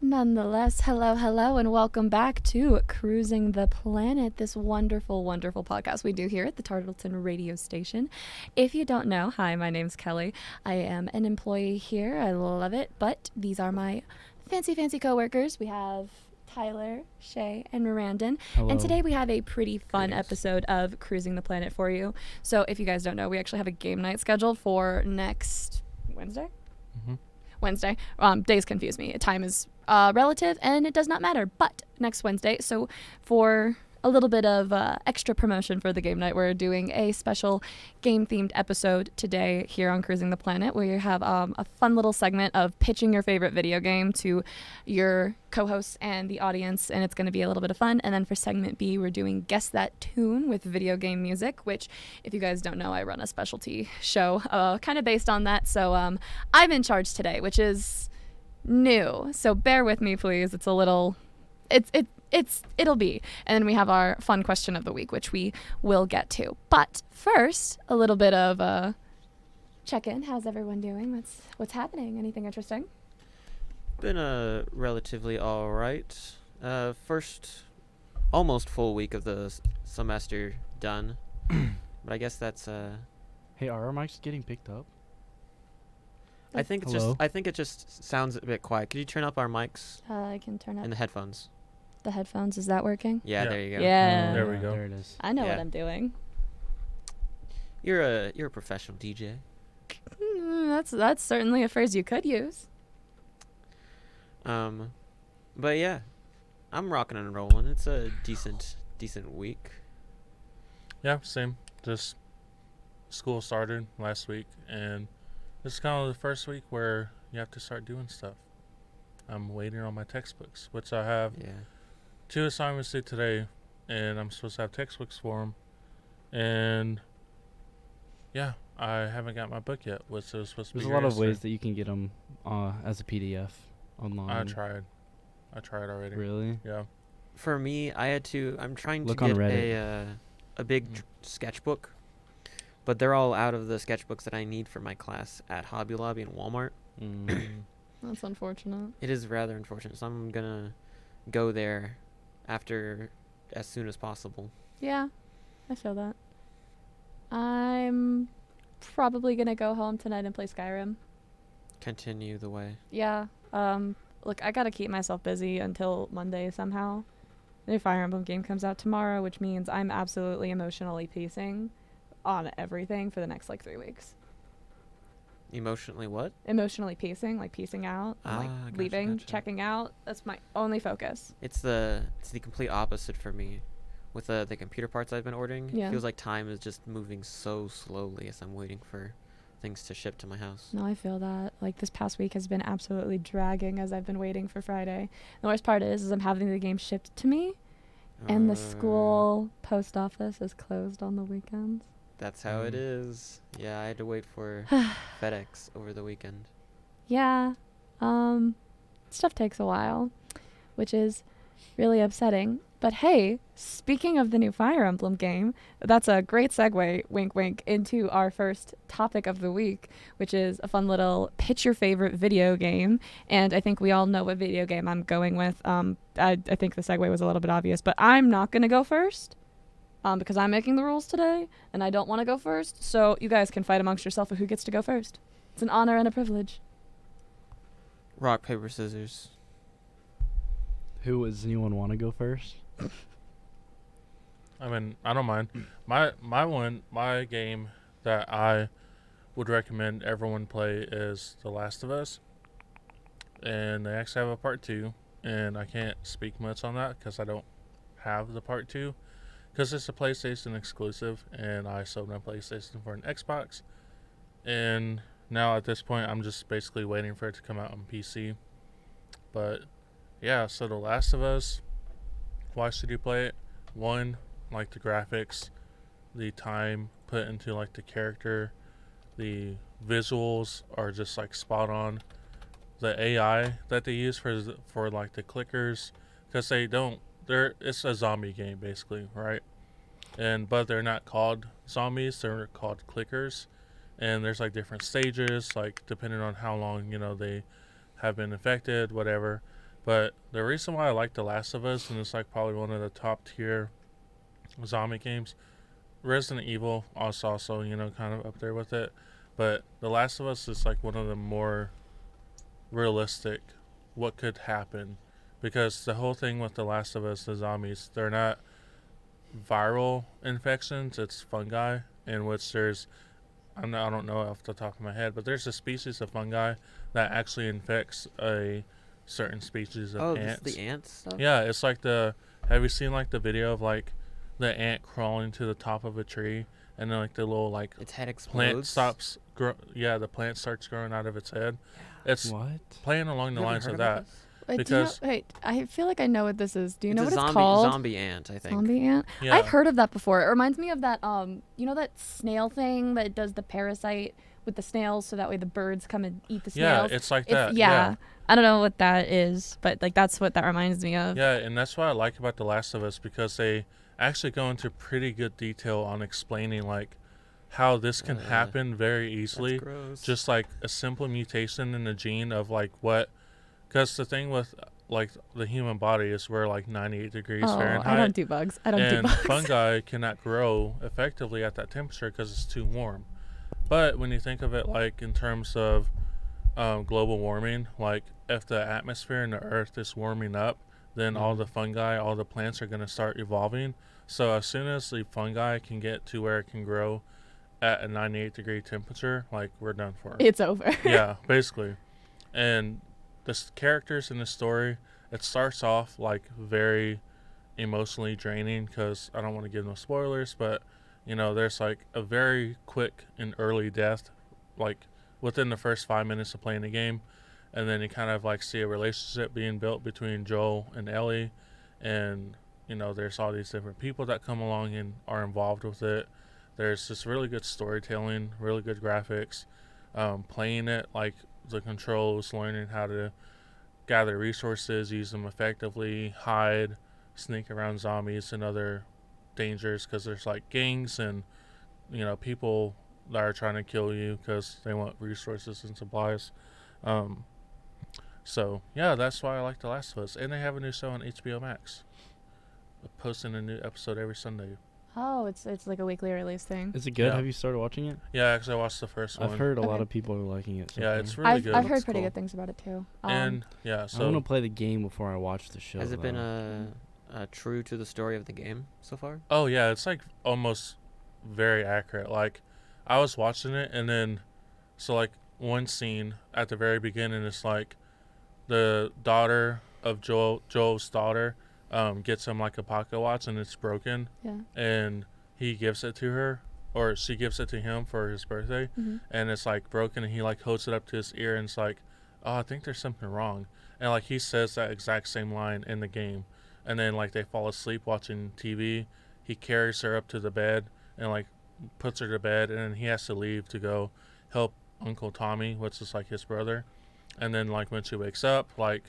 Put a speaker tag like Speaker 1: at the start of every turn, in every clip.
Speaker 1: Nonetheless, hello, hello, and welcome back to Cruising the Planet, this wonderful, wonderful podcast we do here at the Tarleton radio station. If you don't know, hi, my name's Kelly. I am an employee here. I love it, but these are my fancy, fancy coworkers. We have Tyler, Shay, and Mirandon.
Speaker 2: Hello.
Speaker 1: And today we have a pretty fun episode of Cruising the Planet for you. So if you guys don't know, we actually have a game night scheduled for next Wednesday.
Speaker 2: Mhm.
Speaker 1: Wednesday. Um, days confuse me. Time is uh, relative and it does not matter. But next Wednesday, so for a little bit of uh, extra promotion for the game night, we're doing a special game themed episode today here on Cruising the Planet where you have um, a fun little segment of pitching your favorite video game to your co hosts and the audience, and it's going to be a little bit of fun. And then for segment B, we're doing Guess That Tune with video game music, which, if you guys don't know, I run a specialty show uh, kind of based on that. So um, I'm in charge today, which is new. So bear with me, please. It's a little, it's it it's it'll be. And then we have our fun question of the week, which we will get to. But first, a little bit of a check in. How's everyone doing? What's what's happening? Anything interesting?
Speaker 3: Been uh, relatively all right. Uh, first, almost full week of the s- semester done, but I guess that's. Uh,
Speaker 2: Hey, are our mics getting picked up?
Speaker 1: Mm.
Speaker 3: I think it's
Speaker 2: Hello?
Speaker 3: just. I think it just s- sounds a bit quiet. Could you turn up our mics
Speaker 1: Uh, I can turn up
Speaker 3: and the headphones?
Speaker 1: the headphones. Is that working?
Speaker 3: Yeah,
Speaker 4: Yeah.
Speaker 3: there you go.
Speaker 1: Yeah.
Speaker 4: There we go.
Speaker 2: Uh, There it is.
Speaker 1: I know what
Speaker 3: Yeah.
Speaker 1: I'm doing.
Speaker 3: You're a you're a professional DJ.
Speaker 1: Mm, that's that's certainly a phrase you could use.
Speaker 3: Um, but yeah, I'm rocking and rolling. It's a decent decent week.
Speaker 4: Yeah, same. Just school started last week, and this is kind of the first week where you have to start doing stuff. I'm waiting on my textbooks, which I have
Speaker 3: Yeah.
Speaker 4: two assignments due today, and I'm supposed to have textbooks for them. And yeah, I haven't got my book yet, which was supposed to
Speaker 2: There's
Speaker 4: be.
Speaker 2: a
Speaker 4: here
Speaker 2: lot of ways
Speaker 4: yesterday.
Speaker 2: that you can get them uh, as a PDF online.
Speaker 4: I tried. I tried already.
Speaker 2: Really?
Speaker 4: Yeah.
Speaker 3: for me, I had to. I'm trying
Speaker 2: Look
Speaker 3: to
Speaker 2: on
Speaker 3: get
Speaker 2: Reddit.
Speaker 3: a uh, a big
Speaker 4: Mm.
Speaker 3: tr- sketchbook, but they're all out of the sketchbooks that I need for my class at Hobby Lobby and Walmart.
Speaker 2: Mm.
Speaker 1: That's unfortunate.
Speaker 3: It is rather unfortunate, so I'm gonna go there after as soon as possible.
Speaker 1: Yeah, I feel that. I'm probably gonna go home tonight and play Skyrim.
Speaker 3: Continue the way.
Speaker 1: Yeah. Um. Look, I gotta keep myself busy until Monday somehow. The new Fire Emblem game comes out tomorrow, which means I'm absolutely emotionally pacing on everything for the next like three weeks.
Speaker 3: Emotionally, what?
Speaker 1: Emotionally pacing, like piecing out, and, like
Speaker 3: Ah, gotcha,
Speaker 1: leaving,
Speaker 3: gotcha.
Speaker 1: checking out. That's my only focus.
Speaker 3: It's the it's the complete opposite for me. With uh, the the computer parts I've been ordering,
Speaker 1: Yeah.
Speaker 3: it feels like time is just moving so slowly as I'm waiting for things to ship to my house.
Speaker 1: No, I feel that. Like this past week has been absolutely dragging as I've been waiting for Friday. The worst part is, is I'm having the game shipped to me, and the
Speaker 3: Uh,
Speaker 1: school post office is closed on the weekends.
Speaker 3: That's how it
Speaker 2: Mm.
Speaker 3: is. Yeah, I had to wait for FedEx over the weekend.
Speaker 1: Yeah, um, stuff takes a while, which is really upsetting. But hey, speaking of the new Fire Emblem game, that's a great segue, wink wink, into our first topic of the week, which is a fun little pitch your favorite video game. And I think we all know what video game I'm going with. Um, I, I think the segue was a little bit obvious, but I'm not going to go first um, because I'm making the rules today and I don't want to go first. So you guys can fight amongst yourself of who gets to go first. It's an honor and a privilege.
Speaker 3: Rock, paper, scissors.
Speaker 2: Who does anyone want to go first?
Speaker 4: I mean, I don't mind. My my one my game that I would recommend everyone play is The Last of Us, and they actually have a part two, and I can't speak much on that because I don't have the part two, because it's a PlayStation exclusive, and I sold my PlayStation for an Xbox, and now at this point I'm just basically waiting for it to come out on PC, but yeah, so The Last of Us, why should you play it? One, like the graphics, the time put into like the character, the visuals are just like spot on. The AI that they use for the- for like the clickers, because they don't they're it's a zombie game basically, right? And but they're not called zombies; they're called clickers. And there's like different stages, like depending on how long you know they have been infected, whatever. But the reason why I like The Last of Us and it's like probably one of the top tier zombie games, Resident Evil is also you know kind of up there with it, but The Last of Us is like one of the more realistic what could happen because the whole thing with The Last of Us, the zombies, they're not viral infections; it's fungi in which there's I'm not, I don't know off the top of my head, but there's a species of fungi that actually infects a certain species of
Speaker 3: oh,
Speaker 4: ants.
Speaker 3: this is the ants stuff.
Speaker 4: Yeah, it's like the. Have you seen like the video of like the ant crawling to the top of a tree and then like the little like
Speaker 3: Its head
Speaker 4: plant
Speaker 3: explodes.
Speaker 4: stops grow? Yeah, the plant starts growing out of its head. It's
Speaker 2: What?
Speaker 4: playing along the
Speaker 3: You haven't
Speaker 4: lines
Speaker 3: heard
Speaker 4: of
Speaker 3: about
Speaker 4: that.
Speaker 3: this?
Speaker 1: Wait,
Speaker 4: Because-
Speaker 1: do you know, wait, I feel like I know what this is. Do you know
Speaker 3: it's
Speaker 1: what
Speaker 3: a
Speaker 1: it's
Speaker 3: zombie,
Speaker 1: called?
Speaker 3: Zombie ant, I think.
Speaker 1: Zombie ant.
Speaker 4: Yeah.
Speaker 1: I've heard of that before. It reminds me of that um, you know that snail thing that does the parasite with the snails, so that way the birds come and eat the
Speaker 4: Yeah,
Speaker 1: snails.
Speaker 4: it's like
Speaker 1: It's-
Speaker 4: that.
Speaker 1: yeah. I don't know what that is, but like that's what that reminds me of.
Speaker 4: Yeah, and that's what I like about The Last of Us because they actually go into pretty good detail on explaining like how this can
Speaker 3: Uh,
Speaker 4: happen very
Speaker 3: That's
Speaker 4: easily.
Speaker 3: gross.
Speaker 4: just like a simple mutation in the gene of like what because the thing with like the human body is we're like 98 degrees
Speaker 1: oh,
Speaker 4: fahrenheit
Speaker 1: I don't do bugs. I don't do
Speaker 4: and
Speaker 1: bugs.
Speaker 4: fungi cannot grow effectively at that temperature because it's too warm but when you think of it like in terms of um, global warming like if the atmosphere and the earth is warming up then all the fungi all the plants are going to start evolving so as soon as the fungi can get to where it can grow at a 98 degree temperature like we're done for
Speaker 1: It's over.
Speaker 4: yeah, basically. And the s- characters in the story, it starts off like very emotionally draining because I don't want to give no spoilers, but you know, there's like a very quick and early death, like within the first five minutes of playing the game. And then you kind of like see a relationship being built between Joel and Ellie. And, you know, there's all these different people that come along and are involved with it. There's just really good storytelling, really good graphics um, playing it, like the controls, learning how to gather resources, use them effectively, hide, sneak around zombies and other dangers because there's like gangs and you know people that are trying to kill you because they want resources and supplies. Um, so yeah, that's why I like The Last of Us, and they have a new show on HBO Max. They're Posting a new episode every Sunday.
Speaker 1: Oh, it's it's like a weekly release thing.
Speaker 2: Is it good?
Speaker 4: Yeah.
Speaker 2: Have you started watching it?
Speaker 4: Yeah, actually, I watched the 1st
Speaker 2: I've
Speaker 4: one.
Speaker 2: heard a lot
Speaker 1: Okay.
Speaker 2: of people are liking it. So
Speaker 4: yeah,
Speaker 2: far.
Speaker 4: it's really
Speaker 1: I've,
Speaker 4: good.
Speaker 1: I've heard
Speaker 4: Looks
Speaker 1: pretty
Speaker 4: cool.
Speaker 1: good things about it too. Um,
Speaker 4: And yeah,
Speaker 2: I
Speaker 4: so
Speaker 2: want to play the game before I watch the show.
Speaker 3: Has it been
Speaker 2: though.
Speaker 3: uh, uh, true to the story of the game so far?
Speaker 4: Oh yeah, it's like almost very accurate. Like I was watching it and then so like one scene at the very beginning it's like the daughter of Joel Joel's daughter um, gets him like a pocket watch and it's broken
Speaker 1: yeah.
Speaker 4: and he gives it to her or she gives it to him for his birthday
Speaker 1: Mhm.
Speaker 4: and it's like broken and he like holds it up to his ear and it's like oh i think there's something wrong and like he says that exact same line in the game and then like they fall asleep watching tv he carries her up to the bed and like puts her to bed and then he has to leave to go help uncle tommy which is like his brother and then like when she wakes up like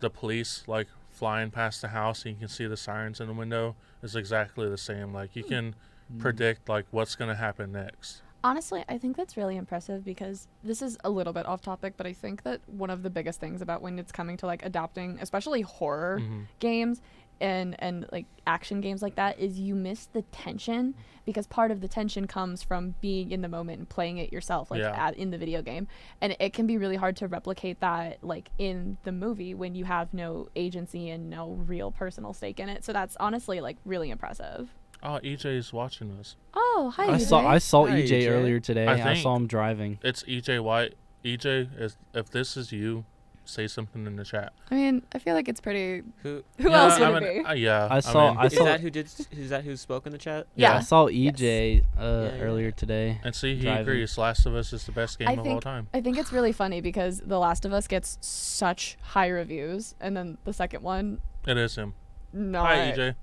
Speaker 4: the police like flying past the house and you can see the sirens in the window is exactly the same like you can predict like what's going to happen next
Speaker 1: Honestly, I think that's really impressive because this is a little bit off topic, but I think that one of the biggest things about when it's coming to like adapting, especially horror
Speaker 2: Mm-hmm.
Speaker 4: Mhm.
Speaker 1: games and and like action games like that is you miss the tension because part of the tension comes from being in the moment and playing it yourself like
Speaker 4: Yeah.
Speaker 1: at, in the video game and it can be really hard to replicate that like in the movie when you have no agency and no real personal stake in it so that's honestly like really impressive
Speaker 4: Oh, EJ is watching us.
Speaker 1: oh hi
Speaker 2: I saw
Speaker 1: Jay.
Speaker 2: I saw
Speaker 3: Hi,
Speaker 2: EJ,
Speaker 3: EJ.
Speaker 2: earlier today.
Speaker 4: I
Speaker 2: I,
Speaker 4: think-
Speaker 2: saw him driving.
Speaker 4: It's E EJ White. EJ, if, if this is you, say something in the chat.
Speaker 1: I mean I feel like it's pretty
Speaker 3: Who
Speaker 1: Who
Speaker 4: Yeah,
Speaker 1: else would
Speaker 4: I
Speaker 1: it
Speaker 4: mean,
Speaker 1: be?
Speaker 4: uh, yeah.
Speaker 2: I saw-
Speaker 4: mean-
Speaker 2: I
Speaker 3: is
Speaker 2: saw-
Speaker 3: that? Who did? s- Is that who spoke in the chat?
Speaker 1: Yeah.
Speaker 2: I saw
Speaker 1: Yes.
Speaker 2: EJ uh,
Speaker 3: Yeah, yeah.
Speaker 2: earlier today.
Speaker 4: and see, he
Speaker 2: driving.
Speaker 4: agrees. Last of Us is the best game
Speaker 1: I
Speaker 4: of all
Speaker 1: think-
Speaker 4: time.
Speaker 1: I think it's really funny because The Last of Us gets such high reviews, and then the second one,
Speaker 4: It is him.
Speaker 1: not
Speaker 4: Hi, E EJ.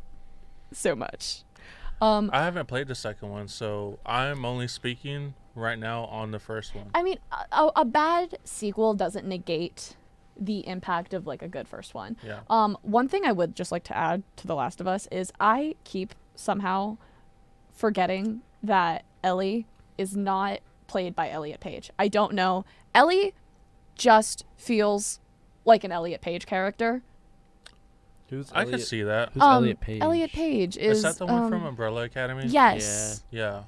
Speaker 1: so much. Um,
Speaker 4: I haven't played the second one, so I'm only speaking right now on the first one.
Speaker 1: I mean, a- a, a bad sequel doesn't negate the impact of like a good first one.
Speaker 4: Yeah.
Speaker 1: Um, one thing I would just like to add to The Last of Us is I keep somehow forgetting that Ellie is not played by Elliot Page. I don't know. Ellie just feels like an Elliot Page character.
Speaker 2: Who's
Speaker 4: I
Speaker 2: Elliot-
Speaker 4: could see that.
Speaker 2: Who's
Speaker 1: um,
Speaker 2: Elliot Page?
Speaker 1: Elliot Page is,
Speaker 4: Is, that the one
Speaker 1: um,
Speaker 4: from Umbrella Academy?
Speaker 1: Yes.
Speaker 4: Yeah.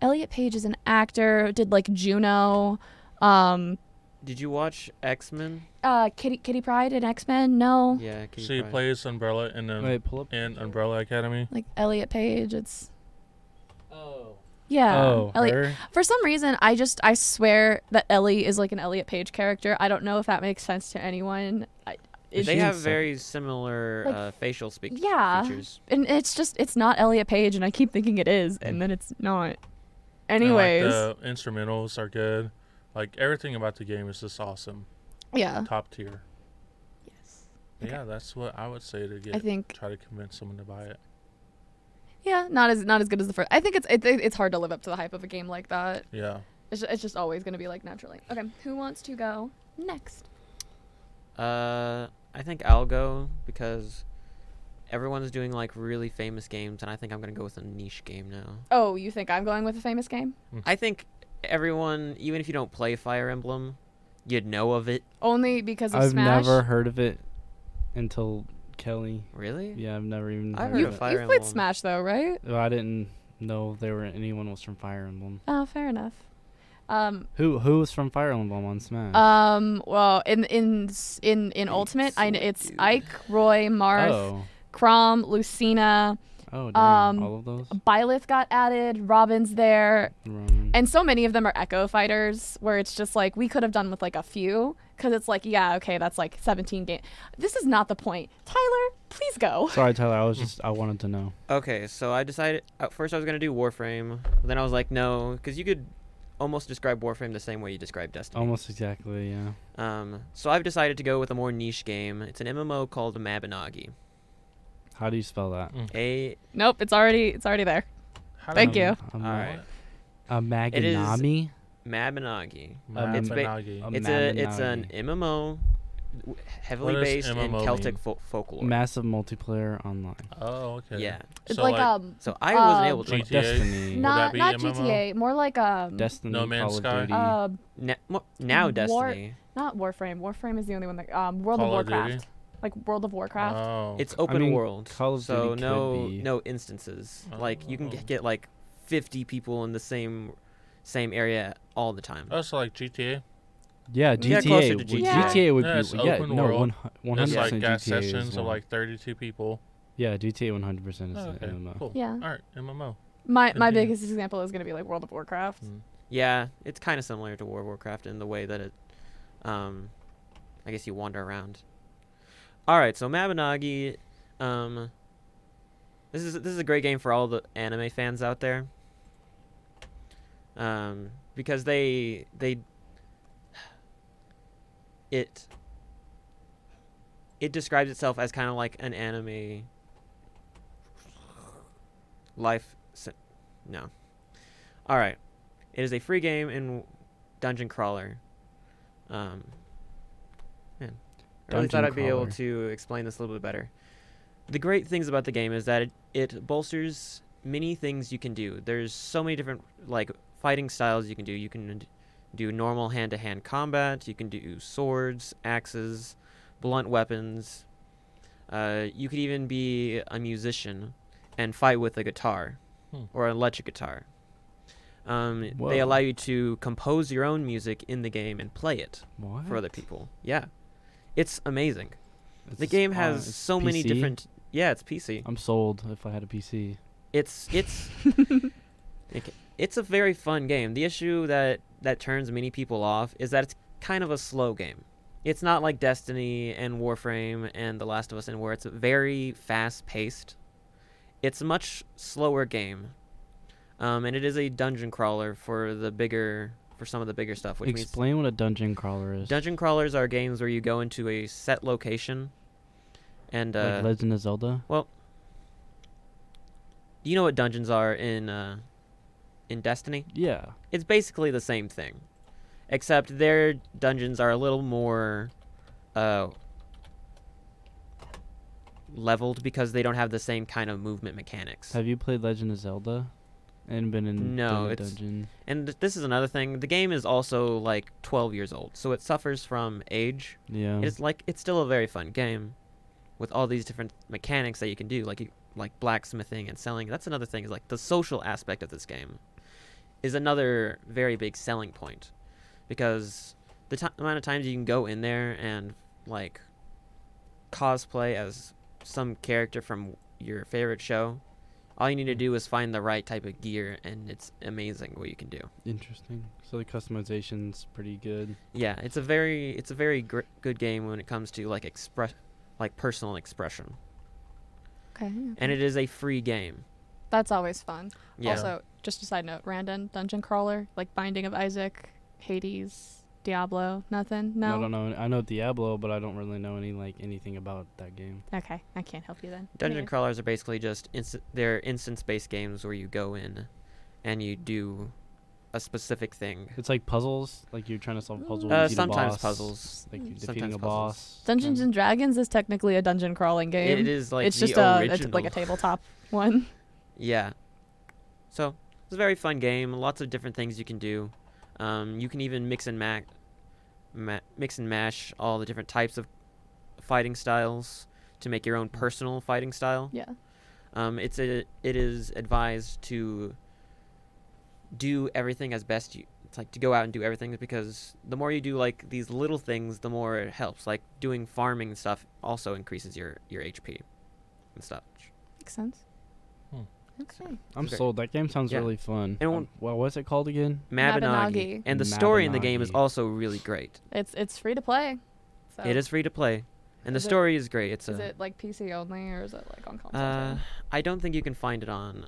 Speaker 1: Elliot Page is an actor. Did like Juno, um,
Speaker 3: Did you watch X Men?
Speaker 1: uh, Kitty Kitty Pride in X Men. No,
Speaker 3: Yeah. Kitty
Speaker 4: She
Speaker 3: Pryde.
Speaker 4: plays Umbrella in an,
Speaker 2: Wait, pull up.
Speaker 4: in Umbrella Academy.
Speaker 1: like Elliot Page. It's
Speaker 2: Oh.
Speaker 1: yeah.
Speaker 2: Oh,
Speaker 1: Elliot.
Speaker 2: her?
Speaker 1: For some reason, I just I swear that Ellie is like an Elliot Page character. I don't know if that makes sense to anyone. I, it,
Speaker 3: They
Speaker 2: she in
Speaker 3: have
Speaker 2: some-
Speaker 3: very similar
Speaker 1: Like,
Speaker 3: uh, facial speak
Speaker 1: yeah.
Speaker 3: features.
Speaker 1: and it's just it's not Elliot Page, and I keep thinking it is, and then it's not.
Speaker 4: And, like,
Speaker 1: Anyways,
Speaker 4: the instrumentals are good. Like everything about the game is just awesome,
Speaker 1: yeah.
Speaker 4: top tier.
Speaker 1: Yes.
Speaker 4: Yeah, that's what I would say to get.
Speaker 1: I think
Speaker 4: Try to convince someone to buy it.
Speaker 1: yeah, not as not as good as the first. I think it's it, it- it's hard to live up to the hype of a game like that.
Speaker 4: Yeah.
Speaker 1: It's just, it's just always gonna be like naturally. Okay, who wants to go next?
Speaker 3: Uh, I think I'll go because everyone's doing like really famous games, and I think I'm gonna go with a niche game now.
Speaker 1: Oh, you think I'm going with a famous game?
Speaker 3: I think everyone, even if you don't play Fire Emblem, you'd know of it.
Speaker 1: Only because of
Speaker 2: I've
Speaker 1: Smash.
Speaker 2: never heard of it until Kelly.
Speaker 3: Really?
Speaker 2: Yeah, I've never even.
Speaker 3: I
Speaker 2: heard
Speaker 3: heard
Speaker 1: You
Speaker 2: of
Speaker 3: of
Speaker 2: it.
Speaker 3: Fire
Speaker 1: you played
Speaker 3: Emblem.
Speaker 1: Smash though, right?
Speaker 2: Well, I didn't know they were anyone was from Fire Emblem.
Speaker 1: Oh, fair enough. Um,
Speaker 2: Who who was from Fire Emblem on Smash?
Speaker 3: Uh,
Speaker 1: Um. Well, in in s- in in Ultimate, I, kn- it's
Speaker 3: dude.
Speaker 1: Ike, Roy, Marth,
Speaker 2: oh,
Speaker 1: Crom, Lucina,
Speaker 2: oh, damn.
Speaker 1: um,
Speaker 2: all of those.
Speaker 1: Byleth got added, Robin's there,
Speaker 2: Wrong.
Speaker 1: and so many of them are Echo fighters. Where it's just like we could have done with like a few, because it's like yeah, okay, that's like 17 game. This is not the point. Tyler, please go.
Speaker 2: Sorry, Tyler. I was
Speaker 4: Hmm.
Speaker 2: just I wanted to know.
Speaker 3: Okay, so I decided at first I was gonna do Warframe, but then I was like, no, because you could almost describe Warframe the same way you describe Destiny.
Speaker 2: Almost exactly. Yeah.
Speaker 3: Um, so I've decided to go with a more niche game. It's an MMO called Mabinagi.
Speaker 2: How do you spell that?
Speaker 3: A
Speaker 1: Nope, it's already it's already there.
Speaker 4: How do
Speaker 1: Thank
Speaker 4: I-
Speaker 1: you.
Speaker 2: Um,
Speaker 3: all right,
Speaker 2: A
Speaker 3: It is-
Speaker 2: Maginami.
Speaker 3: Mabinagi.
Speaker 2: Um,
Speaker 3: it's ba-
Speaker 4: Mabinagi.
Speaker 2: um,
Speaker 3: It's a it's an
Speaker 2: Mabinagi.
Speaker 3: MMO, w- heavily
Speaker 4: What does
Speaker 3: based in
Speaker 4: MMO
Speaker 3: Celtic
Speaker 4: mean?
Speaker 3: fo- folklore.
Speaker 2: Massive multiplayer online.
Speaker 4: oh, okay.
Speaker 3: yeah.
Speaker 1: It's
Speaker 4: So,
Speaker 1: like,
Speaker 4: like,
Speaker 1: um,
Speaker 3: So I wasn't
Speaker 1: Um,
Speaker 3: able to.
Speaker 2: Like
Speaker 4: GTA?
Speaker 2: Destiny.
Speaker 4: Would
Speaker 1: not
Speaker 4: that be
Speaker 1: not
Speaker 4: MMO?
Speaker 1: GTA, more like um,
Speaker 2: Destiny.
Speaker 4: No Man's
Speaker 2: Call
Speaker 4: Sky?
Speaker 2: Of Duty.
Speaker 1: uh,
Speaker 3: Na- mo- now
Speaker 1: War-
Speaker 3: Destiny.
Speaker 1: not Warframe. Warframe is the only one that um, World of
Speaker 4: Call of Duty?
Speaker 1: Warcraft, like World of Warcraft.
Speaker 4: Oh,
Speaker 3: It's
Speaker 4: okay.
Speaker 3: open
Speaker 2: mean,
Speaker 3: world.
Speaker 2: Call of Duty
Speaker 3: so
Speaker 2: could
Speaker 3: no
Speaker 2: be-
Speaker 3: no instances. Like you can
Speaker 4: Oh.
Speaker 3: get, get like 50 people in the same same area all the time.
Speaker 4: Oh, so like GTA.
Speaker 2: Yeah,
Speaker 1: Yeah,
Speaker 2: GTA.
Speaker 3: closer to
Speaker 2: would-
Speaker 3: GTA.
Speaker 2: GTA would
Speaker 4: Yeah, it's
Speaker 2: be yeah,
Speaker 4: open
Speaker 2: no,
Speaker 4: world.
Speaker 2: one hu- one
Speaker 4: It's
Speaker 2: hundred
Speaker 4: like
Speaker 2: percent
Speaker 4: got
Speaker 2: GTA is
Speaker 4: sessions of
Speaker 2: one.
Speaker 4: like 32 people.
Speaker 2: yeah, GTA one hundred percent is
Speaker 4: Oh, okay.
Speaker 2: an MMO.
Speaker 4: Cool.
Speaker 1: Yeah.
Speaker 4: All right, MMO.
Speaker 1: My my
Speaker 4: Continue.
Speaker 1: biggest example is going to be like World of Warcraft.
Speaker 4: Mm.
Speaker 3: Yeah, it's kind of similar to War of Warcraft in the way that it, um, I guess you wander around. All right, so Mabinagi, um, this is this is a great game for all the anime fans out there. Um, because they they it it describes itself as kind of like an anime life. si- no. All right. It is a free game in dungeon crawler. Um, man, I really
Speaker 2: Dungeon
Speaker 3: thought I'd be able
Speaker 2: crawler.
Speaker 3: to explain this a little bit better. The great things about the game is that it, it bolsters many things you can do. There's so many different like fighting styles you can do. You can d- do normal hand-to-hand combat. You can do swords, axes, blunt weapons. Uh, you could even be a musician and fight with a guitar
Speaker 4: Hmm.
Speaker 3: or an electric guitar. Um, they
Speaker 2: Whoa.
Speaker 3: allow you to compose your own music in the game and play it
Speaker 2: What?
Speaker 3: for other people. Yeah, it's amazing.
Speaker 2: It's
Speaker 3: the
Speaker 2: just
Speaker 3: game
Speaker 2: on-
Speaker 3: has
Speaker 2: it's
Speaker 3: so many
Speaker 2: PC?
Speaker 3: different. Yeah, it's PC.
Speaker 2: I'm sold if I had a PC.
Speaker 3: It's it's it, it's a very fun game. The issue that that turns many people off is that it's kind of a slow game. It's not like Destiny and Warframe and The Last of Us, and where it's very fast paced. It's a much slower game, um, and it is a dungeon crawler for the bigger for some of the bigger stuff. Which means
Speaker 2: Explain what a dungeon crawler is.
Speaker 3: Dungeon crawlers are games where you go into a set location, and uh,
Speaker 2: like Legend of Zelda.
Speaker 3: you know what dungeons are in uh, in Destiny.
Speaker 2: Yeah.
Speaker 3: It's basically the same thing, except their dungeons are a little more uh, leveled because they don't have the same kind of movement mechanics.
Speaker 2: Have you played Legend of Zelda? and been in
Speaker 3: No,
Speaker 2: the
Speaker 3: it's-
Speaker 2: dungeon.
Speaker 3: And th- this is another thing. The game is also like 12 years old, so it suffers from age.
Speaker 2: Yeah.
Speaker 3: It's like it's still a very fun game, with all these different mechanics that you can do, like you, like blacksmithing and selling. That's another thing is like the social aspect of this game, is another very big selling point, because the ti amount of times you can go in there and like cosplay as some character from your favorite show. All you need to do is find the right type of gear, and it's amazing what you can do.
Speaker 2: Interesting. So the customization's pretty good.
Speaker 3: Yeah, it's a very it's a very gr- good game when it comes to like express like personal expression.
Speaker 1: Okay.
Speaker 3: And it is a free game.
Speaker 1: That's always fun.
Speaker 3: Yeah.
Speaker 1: Also, just a side note, random dungeon crawler, like Binding of Isaac, Hades, Diablo, nothing. No.
Speaker 2: I don't know. I know Diablo, but I don't really know any like anything about that game.
Speaker 1: Okay, I can't help you then.
Speaker 3: Dungeon
Speaker 1: Anyways.
Speaker 3: crawlers are basically just inst- they're instance-based games where you go in and you do a specific thing.
Speaker 2: It's like puzzles. Like you're trying to solve puzzles.
Speaker 1: Uh,
Speaker 2: you beat a
Speaker 3: sometimes
Speaker 2: boss,
Speaker 3: puzzles.
Speaker 2: Like you're defeating
Speaker 3: Sometimes
Speaker 2: a
Speaker 3: puzzles.
Speaker 2: boss.
Speaker 1: Dungeons and Dragons is technically a dungeon crawling game.
Speaker 3: It is like
Speaker 1: it's
Speaker 3: the
Speaker 1: just a
Speaker 3: original.
Speaker 1: it's like a tabletop one.
Speaker 3: Yeah. So it's a very fun game. Lots of different things you can do. Um, you can even mix and mac, ma- mix and mash all the different types of fighting styles to make your own personal fighting style.
Speaker 1: Yeah.
Speaker 3: Um, it's a, it is advised to do everything as best you it's like to go out and do everything because the more you do like these little things, the more it helps. Like doing farming and stuff also increases your your HP and stuff.
Speaker 1: Makes sense.
Speaker 4: Hmm.
Speaker 1: Okay.
Speaker 2: I'm
Speaker 3: Okay.
Speaker 2: sold. That game sounds
Speaker 3: Yeah.
Speaker 2: really fun.
Speaker 3: And
Speaker 2: Um,
Speaker 3: when-
Speaker 2: well, what's it called again?
Speaker 1: Mabinogi.
Speaker 3: Mabinogi. And the story in the game is
Speaker 2: Mabinogi.
Speaker 3: also really great.
Speaker 1: It's it's free to play. So
Speaker 3: It is free to play. And the
Speaker 1: Is it-
Speaker 3: story is great. It's
Speaker 1: Is
Speaker 3: a
Speaker 1: it like PC only or is it like on console?
Speaker 3: uh,
Speaker 1: too?
Speaker 3: I don't think you can find it on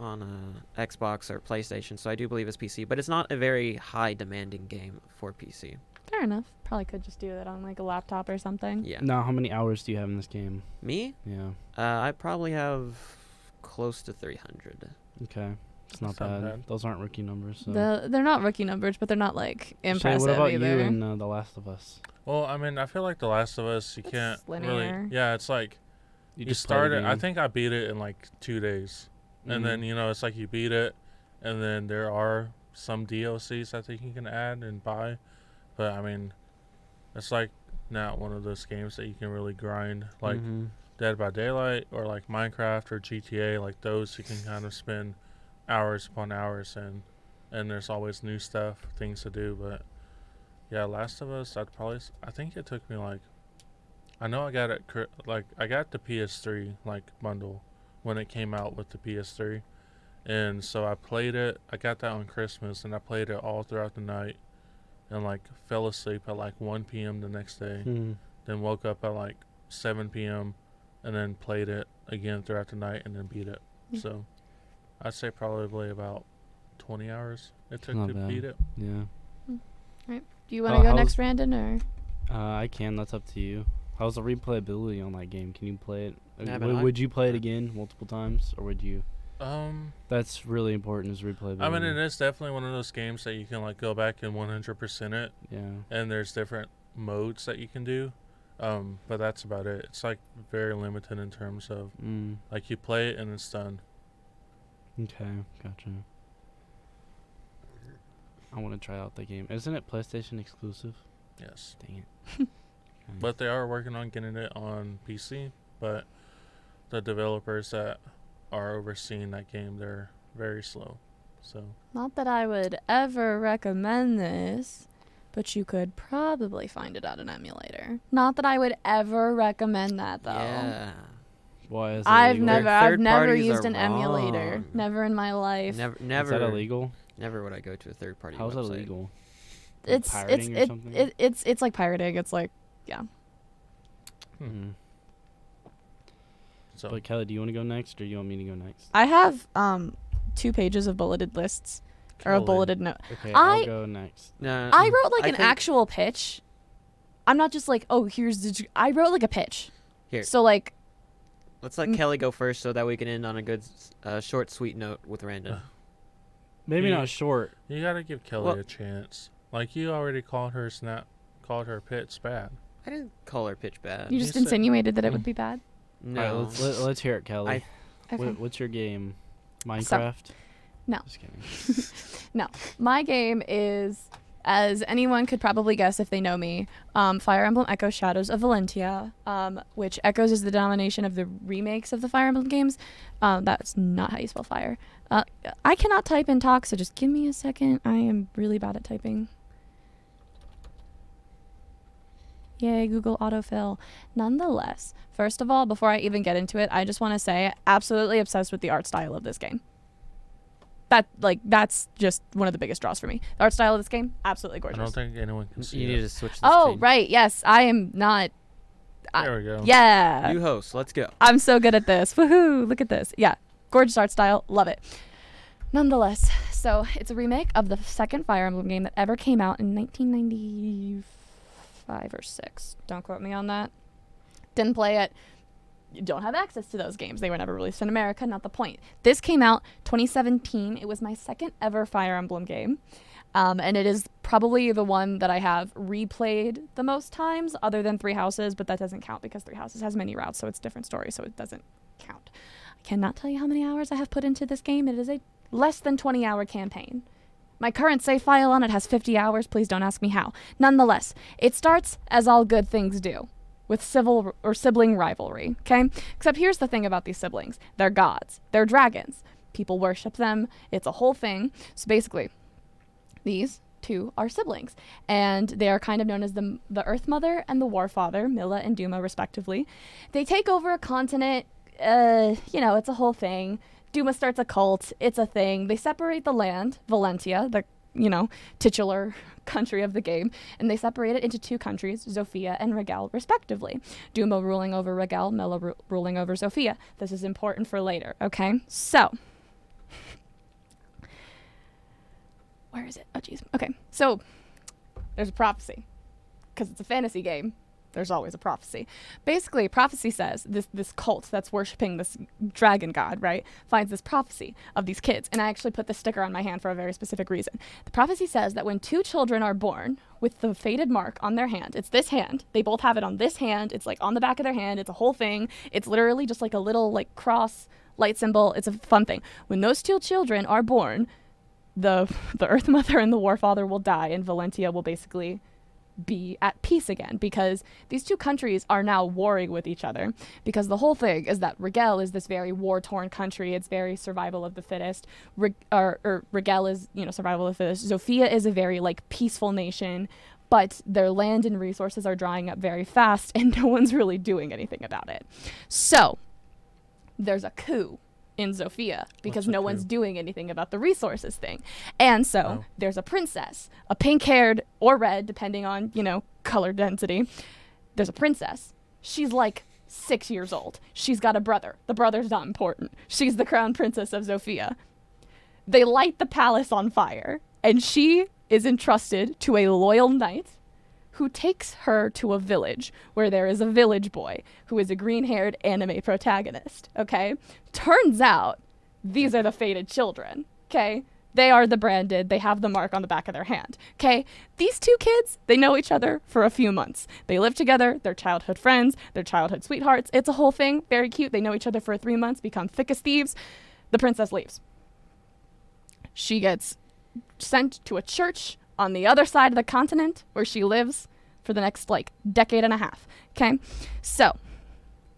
Speaker 3: on uh, Xbox or PlayStation, so I do believe it's PC, but it's not a very high demanding game for PC.
Speaker 1: Fair enough. Probably could just do that on like a laptop or something.
Speaker 3: Yeah.
Speaker 2: Now, how many hours do you have in this game?
Speaker 3: Me?
Speaker 2: Yeah.
Speaker 3: Uh, I probably have close to 300.
Speaker 2: Okay. It's not
Speaker 4: That's not
Speaker 2: bad.
Speaker 4: bad.
Speaker 2: Those aren't rookie numbers. So.
Speaker 1: The, they're not rookie numbers, but they're not like impressive
Speaker 2: Shay, what about
Speaker 1: either.
Speaker 2: you and uh, The Last of Us?
Speaker 4: Well, I mean, I feel like The Last of Us, you
Speaker 1: It's
Speaker 4: can't
Speaker 1: linear.
Speaker 4: really. Yeah, it's like you,
Speaker 2: play the
Speaker 4: started. I
Speaker 2: game.
Speaker 4: think I beat it in like two days, and then
Speaker 2: Mhm.
Speaker 4: you know it's like you beat it, and then there are some DLCs I think you can add and buy, but I mean, it's like not one of those games that you can really grind
Speaker 2: Mm-hmm.
Speaker 4: like
Speaker 3: Mhm.
Speaker 4: Dead by Daylight or like Minecraft or GTA. Like those, you can kind of spend hours upon hours in, and there's always new stuff, things to do. But yeah, Last of Us, I'd probably. s- I think it took me like. I know I got it. cor- Like I got the PS3 like bundle when it came out with the PS3, and so I played it. I got that on Christmas, and I played it all throughout the night, and like fell asleep at like 1 p.m. the next day
Speaker 2: Hmm.
Speaker 4: then woke up at like 7 p.m. and then played it again throughout the night and then beat it.
Speaker 1: Yeah.
Speaker 4: So I'd say probably about 20 hours it took
Speaker 2: Not
Speaker 4: to
Speaker 2: bad.
Speaker 4: beat it.
Speaker 2: Yeah.
Speaker 1: Do you want to
Speaker 2: Uh,
Speaker 1: go
Speaker 2: how's-
Speaker 1: next, Brandon, or
Speaker 2: Uh, I can. That's up to you. How's the replayability on that game? Can you play it? uh,
Speaker 3: Yeah, but
Speaker 2: w-
Speaker 3: I-
Speaker 2: would you play it again multiple times, or would you?
Speaker 4: Um,
Speaker 2: That's really important is replayability.
Speaker 4: I mean, it is definitely one of those games that you can like go back and 100% it,
Speaker 2: Yeah.
Speaker 4: and there's different modes that you can do. Um, but that's about it. It's like very limited in terms of
Speaker 2: Mm.
Speaker 4: like you play it and it's done.
Speaker 2: Okay. Gotcha. I want to try out the game. Isn't it PlayStation exclusive?
Speaker 4: Yes.
Speaker 2: Dang it. Okay.
Speaker 4: But they are working on getting it on PC. But the developers that are overseeing that game, they're very slow. So
Speaker 1: not that I would ever recommend this, but you could probably find it on an emulator. Not that I would ever recommend that though.
Speaker 3: Yeah.
Speaker 2: why is that
Speaker 1: I've
Speaker 2: illegal?
Speaker 1: never,
Speaker 3: Third
Speaker 1: I've never
Speaker 3: parties
Speaker 1: used
Speaker 3: are
Speaker 1: an emulator.
Speaker 3: wrong.
Speaker 1: Never in my life.
Speaker 3: Never
Speaker 2: Is that
Speaker 3: never
Speaker 2: illegal?
Speaker 3: never would I go to a third party
Speaker 2: How's that
Speaker 3: website.
Speaker 2: illegal? Like
Speaker 1: It's it's
Speaker 2: pirating or
Speaker 1: it,
Speaker 2: something?
Speaker 1: it, it's it's like pirating. It's like
Speaker 4: Hmm.
Speaker 2: Mm.
Speaker 4: so
Speaker 2: But Kelly, do you want to go next, or you want me to go next?
Speaker 1: I have um two pages of bulleted lists or a
Speaker 4: Kelly,
Speaker 1: bulleted note.
Speaker 2: Okay,
Speaker 1: I-
Speaker 2: I'll go next.
Speaker 3: No.
Speaker 1: I wrote like
Speaker 3: I
Speaker 1: an
Speaker 3: think-
Speaker 1: actual pitch. I'm not just like, oh, here's the. j- I wrote like a pitch.
Speaker 3: Here.
Speaker 1: So like,
Speaker 3: Let's let
Speaker 1: Mm.
Speaker 3: Kelly go first so that we can end on a good s- uh, short sweet note with Randon.
Speaker 2: Maybe
Speaker 4: Yeah.
Speaker 2: not short.
Speaker 4: You gotta give Kelly
Speaker 3: Well-
Speaker 4: a chance. Like you already called her snap, called her pits bad.
Speaker 3: I didn't call her pitch bad.
Speaker 1: you
Speaker 4: you
Speaker 1: just
Speaker 4: said-
Speaker 1: insinuated
Speaker 3: Mm.
Speaker 1: that it would be bad.
Speaker 3: no.
Speaker 2: All right, let's let, let's hear it, Kelly.
Speaker 3: I-
Speaker 1: Okay.
Speaker 2: What, what's your game? Minecraft. Just kidding.
Speaker 1: My game is, as anyone could probably guess if they know me, um, Fire Emblem Echo Shadows of Valentia, um, which Echoes is the denomination of the remakes of the Fire Emblem games. Um, that's not how you spell fire. Uh, I cannot type and talk, so just give me a second. I am really bad at typing. Yay, Google autofill. Nonetheless, first of all, before I even get into it, I just want to say absolutely obsessed with the art style of this game that like that's just one of the biggest draws for me. The art style of this game, absolutely
Speaker 4: I
Speaker 1: gorgeous.
Speaker 4: don't think anyone can see
Speaker 3: You need
Speaker 4: it.
Speaker 3: to switch this
Speaker 1: oh
Speaker 3: page.
Speaker 1: right, yes, I am not. I-
Speaker 4: There we go.
Speaker 1: Yeah,
Speaker 3: You host. Let's go.
Speaker 1: I'm so good at this. Woohoo! Look at this. Yeah, gorgeous art style, love it. Nonetheless, so it's a remake of the second Fire Emblem game that ever came out in 1995 or six. Don't quote me on that. Didn't play it. You don't have access to those games. They were never released in America. Not the point. This came out 2017. It was my second ever Fire Emblem game. Um, and it is probably the one that I have replayed the most times, other than Three Houses, but that doesn't count because Three Houses has many routes, so it's a different story, so it doesn't count. I cannot tell you how many hours I have put into this game. It is a less than 20 hour campaign. My current save file on it has 50 hours. Please don't ask me how. Nonetheless, it starts as all good things do with civil or sibling rivalry, okay? Except here's the thing about these siblings they're gods, they're dragons. People worship them, it's a whole thing. So basically, these two are siblings and they are kind of known as the, the earth mother and the war father mila and duma respectively they take over a continent uh, you know it's a whole thing duma starts a cult it's a thing they separate the land valentia the you know titular country of the game and they separate it into two countries zofia and regal respectively duma ruling over regal mila ru- ruling over zofia this is important for later okay so where is it? Oh, jeez. Okay. So there's a prophecy because it's a fantasy game. There's always a prophecy. Basically, prophecy says this this cult that's worshiping this dragon god, right, finds this prophecy of these kids. And I actually put this sticker on my hand for a very specific reason. The prophecy says that when two children are born with the faded mark on their hand, it's this hand. They both have it on this hand. It's like on the back of their hand. It's a whole thing. It's literally just like a little like cross light symbol. It's a fun thing. When those two children are born, the the Earth Mother and the War Father will die, and Valentia will basically be at peace again because these two countries are now warring with each other because the whole thing is that Regel is this very war-torn country it's very survival of the fittest Re- or, or Regel is you know survival of the fittest Zofia is a very like peaceful nation but their land and resources are drying up very fast and no one's really doing anything about it so there's a coup in Zofia because
Speaker 4: a
Speaker 1: no one's
Speaker 4: coup?
Speaker 1: doing anything about the resources thing. And so
Speaker 4: Oh.
Speaker 1: there's a princess, a pink haired or red, depending on, you know, color density. There's a princess. She's like six years old. She's got a brother. The brother's not important. She's the crown princess of Zofia. They light the palace on fire, and she is entrusted to a loyal knight who takes her to a village where there is a village boy who is a green haired anime protagonist. Okay? Turns out these are the fated children. Okay? They are the branded. They have the mark on the back of their hand. Okay? These two kids, they know each other for a few months. They live together. They're childhood friends. They're childhood sweethearts. It's a whole thing. Very cute. They know each other for three months, become thick as thieves. The princess leaves. She gets sent to a church on the other side of the continent where she lives for the next like decade and a half. Okay? So,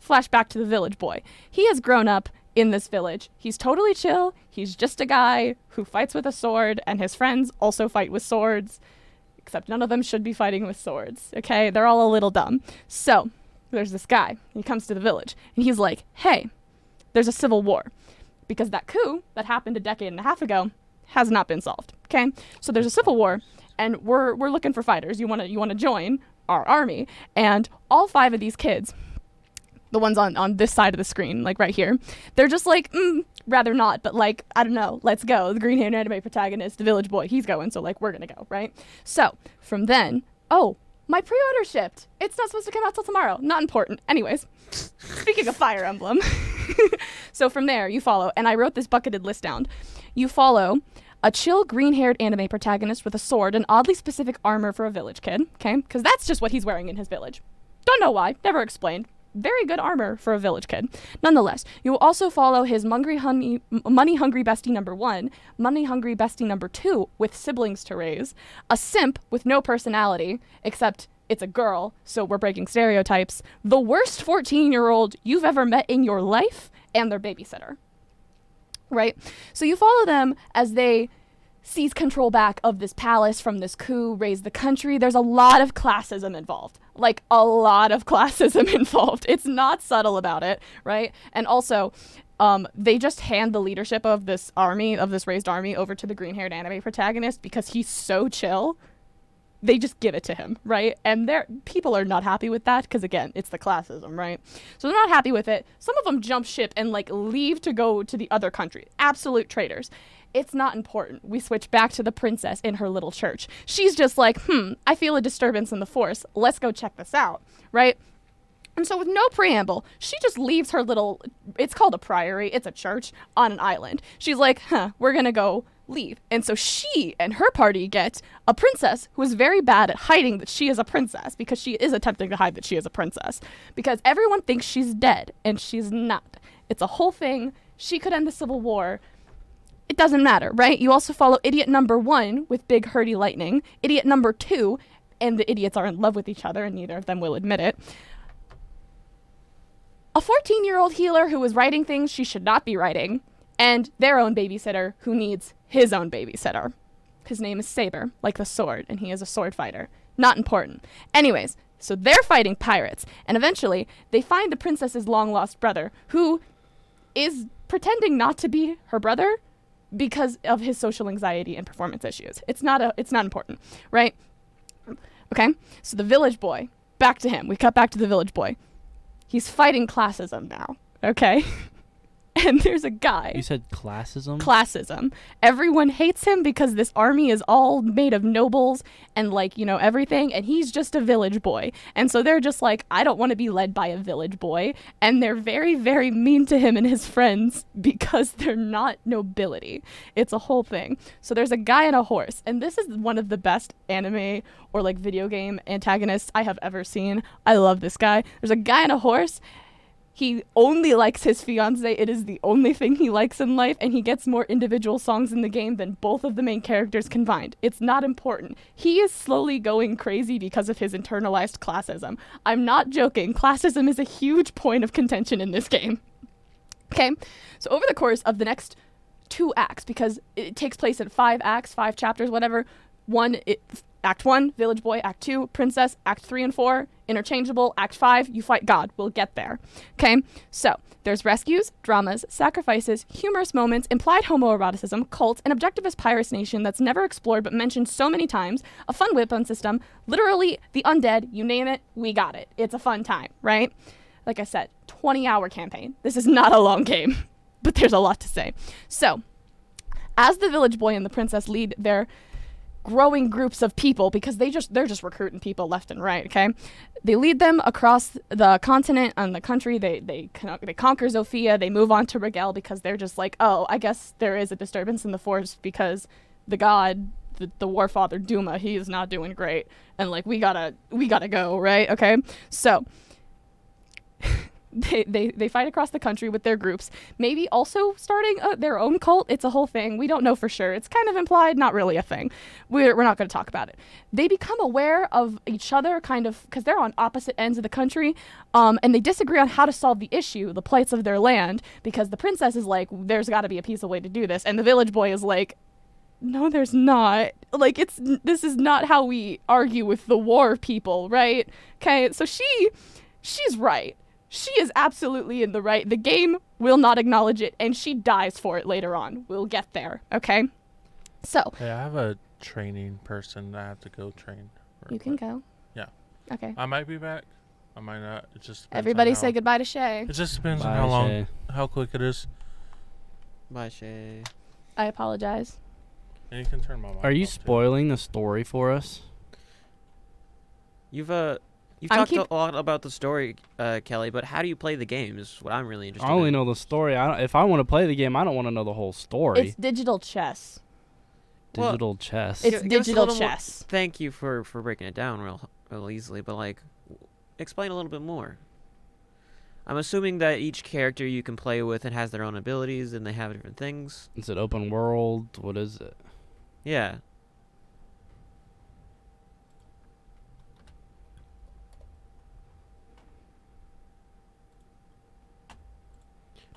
Speaker 1: flashback to the village boy. He has grown up in this village. He's totally chill. He's just a guy who fights with a sword and his friends also fight with swords, except none of them should be fighting with swords. Okay? They're all a little dumb. So, there's this guy. He comes to the village and he's like, "Hey, there's a civil war." Because that coup that happened a decade and a half ago has not been solved. Okay, so there's a civil war, and we're we're looking for fighters. You want to you want to join our army, and all five of these kids, the ones on on this side of the screen, like right here, they're just like. Mm, Rather not, but like, I don't know, let's go. The green haired anime protagonist, the village boy, he's going, so like, we're gonna go, right? So, from then, oh, my pre order shipped. It's not supposed to come out till tomorrow. Not important. Anyways, speaking of Fire Emblem, so from there, you follow, and I wrote this bucketed list down. You follow a chill green haired anime protagonist with a sword and oddly specific armor for a village kid, okay? Because that's just what he's wearing in his village. Don't know why, never explained. very good armor for a village kid. Nonetheless, you will also follow his money hungry, money hungry bestie number one, money hungry bestie number two with siblings to raise, a simp with no personality except it's a girl, so we're breaking stereotypes, the worst 14 year old you've ever met in your life, and their babysitter. Right? So you follow them as they seize control back of this palace from this coup, raise the country. There's a lot of classism involved. Like, a lot of classism involved. It's not subtle about it, right? And also, um, they just hand the leadership of this army, of this raised army, over to the green haired anime protagonist because he's so chill. They just give it to him, right? And there, people are not happy with that because again, it's the classism, right? So they're not happy with it. Some of them jump ship and like leave to go to the other country. Absolute traitors it's not important. We switch back to the princess in her little church. She's just like, hmm, I feel a disturbance in the force. Let's go check this out, right? And so, with no preamble, she just leaves her little, it's called a priory, it's a church on an island. She's like, huh, we're gonna go leave. And so, she and her party get a princess who is very bad at hiding that she is a princess because she is attempting to hide that she is a princess because everyone thinks she's dead and she's not. It's a whole thing. She could end the Civil War it doesn't matter, right? You also follow idiot number one with big hurdy lightning, idiot number two, and the idiots are in love with each other, and neither of them will admit it. A 14 year old healer who is writing things she should not be writing, and their own babysitter who needs his own babysitter. His name is Saber, like the sword, and he is a sword fighter. Not important. Anyways, so they're fighting pirates, and eventually they find the princess's long lost brother, who is pretending not to be her brother because of his social anxiety and performance issues. It's not a it's not important, right? Okay? So the village boy, back to him. We cut back to the village boy. He's fighting classism now, okay? and there's a guy.
Speaker 2: You said classism?
Speaker 1: Classism. Everyone hates him because this army is all made of nobles and like, you know, everything and he's just a village boy. And so they're just like, I don't want to be led by a village boy and they're very very mean to him and his friends because they're not nobility. It's a whole thing. So there's a guy and a horse and this is one of the best anime or like video game antagonists I have ever seen. I love this guy. There's a guy and a horse he only likes his fiance. It is the only thing he likes in life, and he gets more individual songs in the game than both of the main characters combined. It's not important. He is slowly going crazy because of his internalized classism. I'm not joking. Classism is a huge point of contention in this game. Okay, so over the course of the next two acts, because it takes place in five acts, five chapters, whatever, one, it, Act 1, Village Boy. Act 2, Princess. Act 3 and 4, interchangeable. Act 5, you fight God. We'll get there. Okay? So, there's rescues, dramas, sacrifices, humorous moments, implied homoeroticism, cults, an objectivist pirates nation that's never explored but mentioned so many times, a fun weapon system, literally the undead, you name it, we got it. It's a fun time, right? Like I said, 20 hour campaign. This is not a long game, but there's a lot to say. So, as the village boy and the princess lead their growing groups of people because they just they're just recruiting people left and right okay they lead them across the continent and the country they they con- they conquer Zofia they move on to Regel because they're just like oh I guess there is a disturbance in the force because the god the, the war father Duma he is not doing great and like we gotta we gotta go right okay so they, they, they fight across the country with their groups, maybe also starting uh, their own cult. It's a whole thing. We don't know for sure. It's kind of implied, not really a thing. We're, we're not going to talk about it. They become aware of each other, kind of, because they're on opposite ends of the country, um, and they disagree on how to solve the issue, the plights of their land, because the princess is like, there's got to be a peaceful way to do this. And the village boy is like, no, there's not. Like, it's this is not how we argue with the war people, right? Okay, so she, she's right she is absolutely in the right. The game will not acknowledge it, and she dies for it later on. We'll get there, okay? So
Speaker 4: Hey, I have a training person that I have to go train. real
Speaker 1: you can
Speaker 4: quick.
Speaker 1: go.
Speaker 4: Yeah.
Speaker 1: Okay.
Speaker 4: I might be back. I might not. It just depends on
Speaker 1: Everybody say
Speaker 4: how-
Speaker 1: goodbye to Shay.
Speaker 4: It just depends on
Speaker 2: Bye,
Speaker 4: how long,
Speaker 2: Shay.
Speaker 4: how quick it is.
Speaker 3: Bye, Shay.
Speaker 1: I apologize.
Speaker 4: And you can turn my mic.
Speaker 2: Are you
Speaker 4: off, too.
Speaker 2: spoiling the story for us?
Speaker 3: You've uh, you've
Speaker 1: I'm
Speaker 3: talked
Speaker 1: keep-
Speaker 3: a lot about the story, uh, Kelly. But how do you play the game? Is what I'm really interested.
Speaker 2: I only
Speaker 3: in.
Speaker 2: know the story. I don't, if I want to play the game, I don't want to know the whole story.
Speaker 1: It's digital chess.
Speaker 3: Well,
Speaker 2: Digital chess.
Speaker 1: It's
Speaker 3: Give- give us a
Speaker 1: digital
Speaker 3: little more-
Speaker 1: chess.
Speaker 3: Thank you for for breaking it down real real easily. But like, w- explain a little bit more. I'm assuming that each character you can play with and has their own abilities and they have different things.
Speaker 2: Is it open world? What is it?
Speaker 3: Yeah.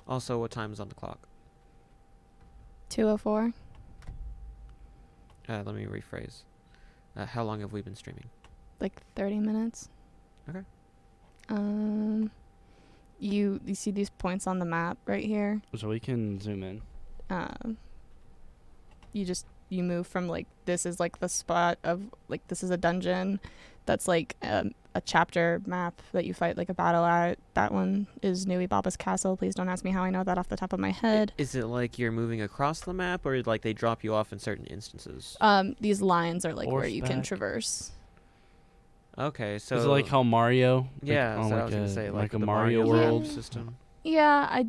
Speaker 3: Also, what time is on the clock?
Speaker 1: 204.
Speaker 3: Uh, let me rephrase. Uh, how long have we been streaming?
Speaker 1: like 30 minutes.
Speaker 3: Okay.
Speaker 1: Um you you see these points on the map right here?
Speaker 2: So we can zoom in.
Speaker 1: Um you just you move from like this is like the spot of like this is a dungeon that's like um, a chapter map that you fight like a battle at. That one is Nui Baba's castle. Please don't ask me how I know that off the top of my
Speaker 3: I-
Speaker 1: head.
Speaker 3: Is it like you're moving across the map, or like they drop you off in certain instances?
Speaker 1: Um these lines are like where you can
Speaker 2: Horseback.
Speaker 1: traverse.
Speaker 3: okay, so
Speaker 2: is it like how Mario? Like,
Speaker 3: yeah,
Speaker 2: on
Speaker 3: so I was gonna
Speaker 2: a-
Speaker 3: say
Speaker 2: like, a
Speaker 3: the
Speaker 2: Mario,
Speaker 1: World.
Speaker 2: World
Speaker 1: Yeah.
Speaker 3: system.
Speaker 1: Yeah, I,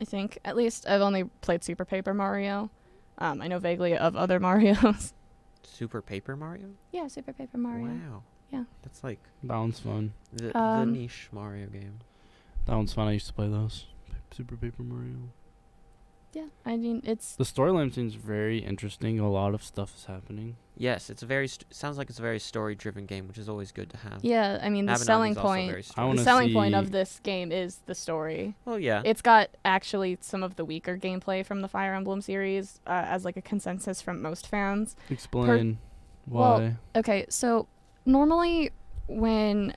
Speaker 1: I think at least I've only played Super Paper Mario. Um, I know vaguely of other Mario's.
Speaker 3: Super Paper Mario.
Speaker 1: yeah, Super Paper Mario.
Speaker 3: Wow.
Speaker 1: Yeah.
Speaker 3: That's like
Speaker 2: That one's fun.
Speaker 3: the,
Speaker 1: Um,
Speaker 3: the niche Mario game.
Speaker 2: That one's fun. I used to play those. Super Paper Mario.
Speaker 1: Yeah, I mean it's
Speaker 2: The storyline seems very interesting. A lot of stuff is happening.
Speaker 3: Yes, it's a very st- sounds like it's a very story-driven game, which is always good to have.
Speaker 1: yeah. I mean the
Speaker 3: Abinogi's
Speaker 1: selling
Speaker 3: also
Speaker 1: point.
Speaker 3: very
Speaker 2: I
Speaker 1: The
Speaker 2: want
Speaker 3: story-
Speaker 2: to
Speaker 1: selling
Speaker 2: see. Uh.
Speaker 1: point of this game is the story.
Speaker 3: Well, yeah.
Speaker 1: It's got actually some of the weaker gameplay from the Fire Emblem series uh, as like a consensus from most fans.
Speaker 2: Explain
Speaker 1: well,
Speaker 2: why.
Speaker 1: Okay, so normally when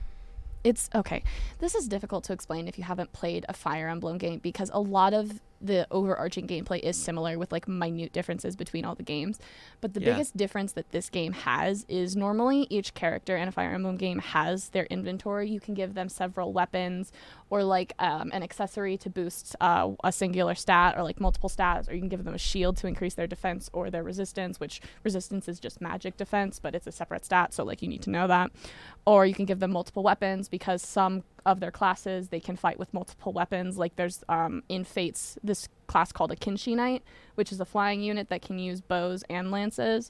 Speaker 1: it's okay, this is difficult to explain if you haven't played a Fire Emblem game because a lot of the overarching gameplay is similar with like minute differences between all the games. But the
Speaker 3: Yeah.
Speaker 1: biggest difference that this game has is normally each character in a Fire Emblem game has their inventory. You can give them several weapons or like um, an accessory to boost uh, a singular stat or like multiple stats, or you can give them a shield to increase their defense or their resistance, which resistance is just magic defense, but it's a separate stat, so like you need to know that. Or you can give them multiple weapons because some of their classes they can fight with multiple weapons. Like there's um, in Fates this class called a Kinshi Knight, which is a flying unit that can use bows and lances.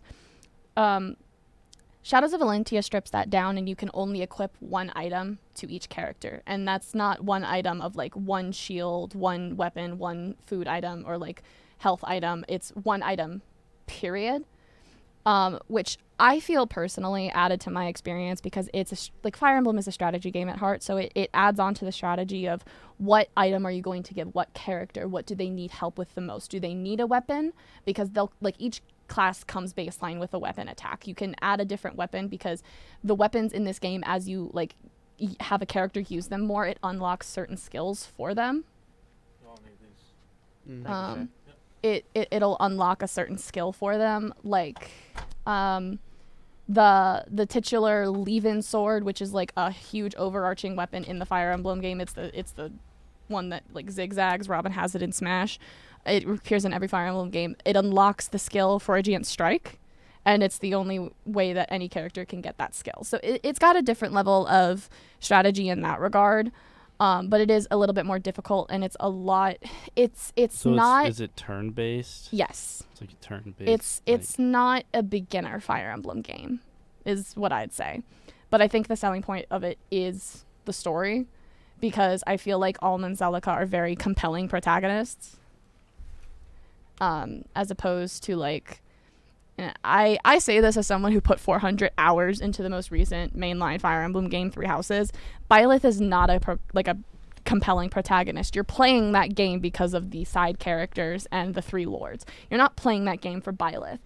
Speaker 1: Um, Shadows of Valentia strips that down, and you can only equip one item to each character. And that's not one item of like one shield, one weapon, one food item, or like health item. It's one item, period. Um, which I feel personally added to my experience because it's a, s- like Fire Emblem is a strategy game at heart. So it, it adds on to the strategy of what item are you going to give what character? What do they need help with the most? Do they need a weapon? Because they'll like each class comes baseline with a weapon attack. You can add a different weapon because the weapons in this game, as you like y- have a character use them more, it unlocks certain skills for them. Um, it, it it'll unlock a certain skill for them, like um, the the titular Levin sword, which is like a huge overarching weapon in the Fire Emblem game. It's the it's the one that like zigzags. Robin has it in Smash. It appears in every Fire Emblem game. It unlocks the skill Foragient Strike, and it's the only w- way that any character can get that skill. So it, it's got a different level of strategy in that regard. Um, but it is a little bit more difficult, and it's a lot. It's it's
Speaker 2: so
Speaker 1: not.
Speaker 2: It's, is it turn based?
Speaker 1: yes,
Speaker 2: It's like a turn based.
Speaker 1: it's it's not a beginner Fire Emblem game, is what I'd say. But I think the selling point of it is the story, because I feel like Alm and Zelica are very compelling protagonists, um, as opposed to like. and I, I say this as someone who put 400 hours into the most recent mainline Fire Emblem game, Three Houses. Byleth is not a pro- like a compelling protagonist. You're playing that game because of the side characters and the three lords. You're not playing that game for Byleth.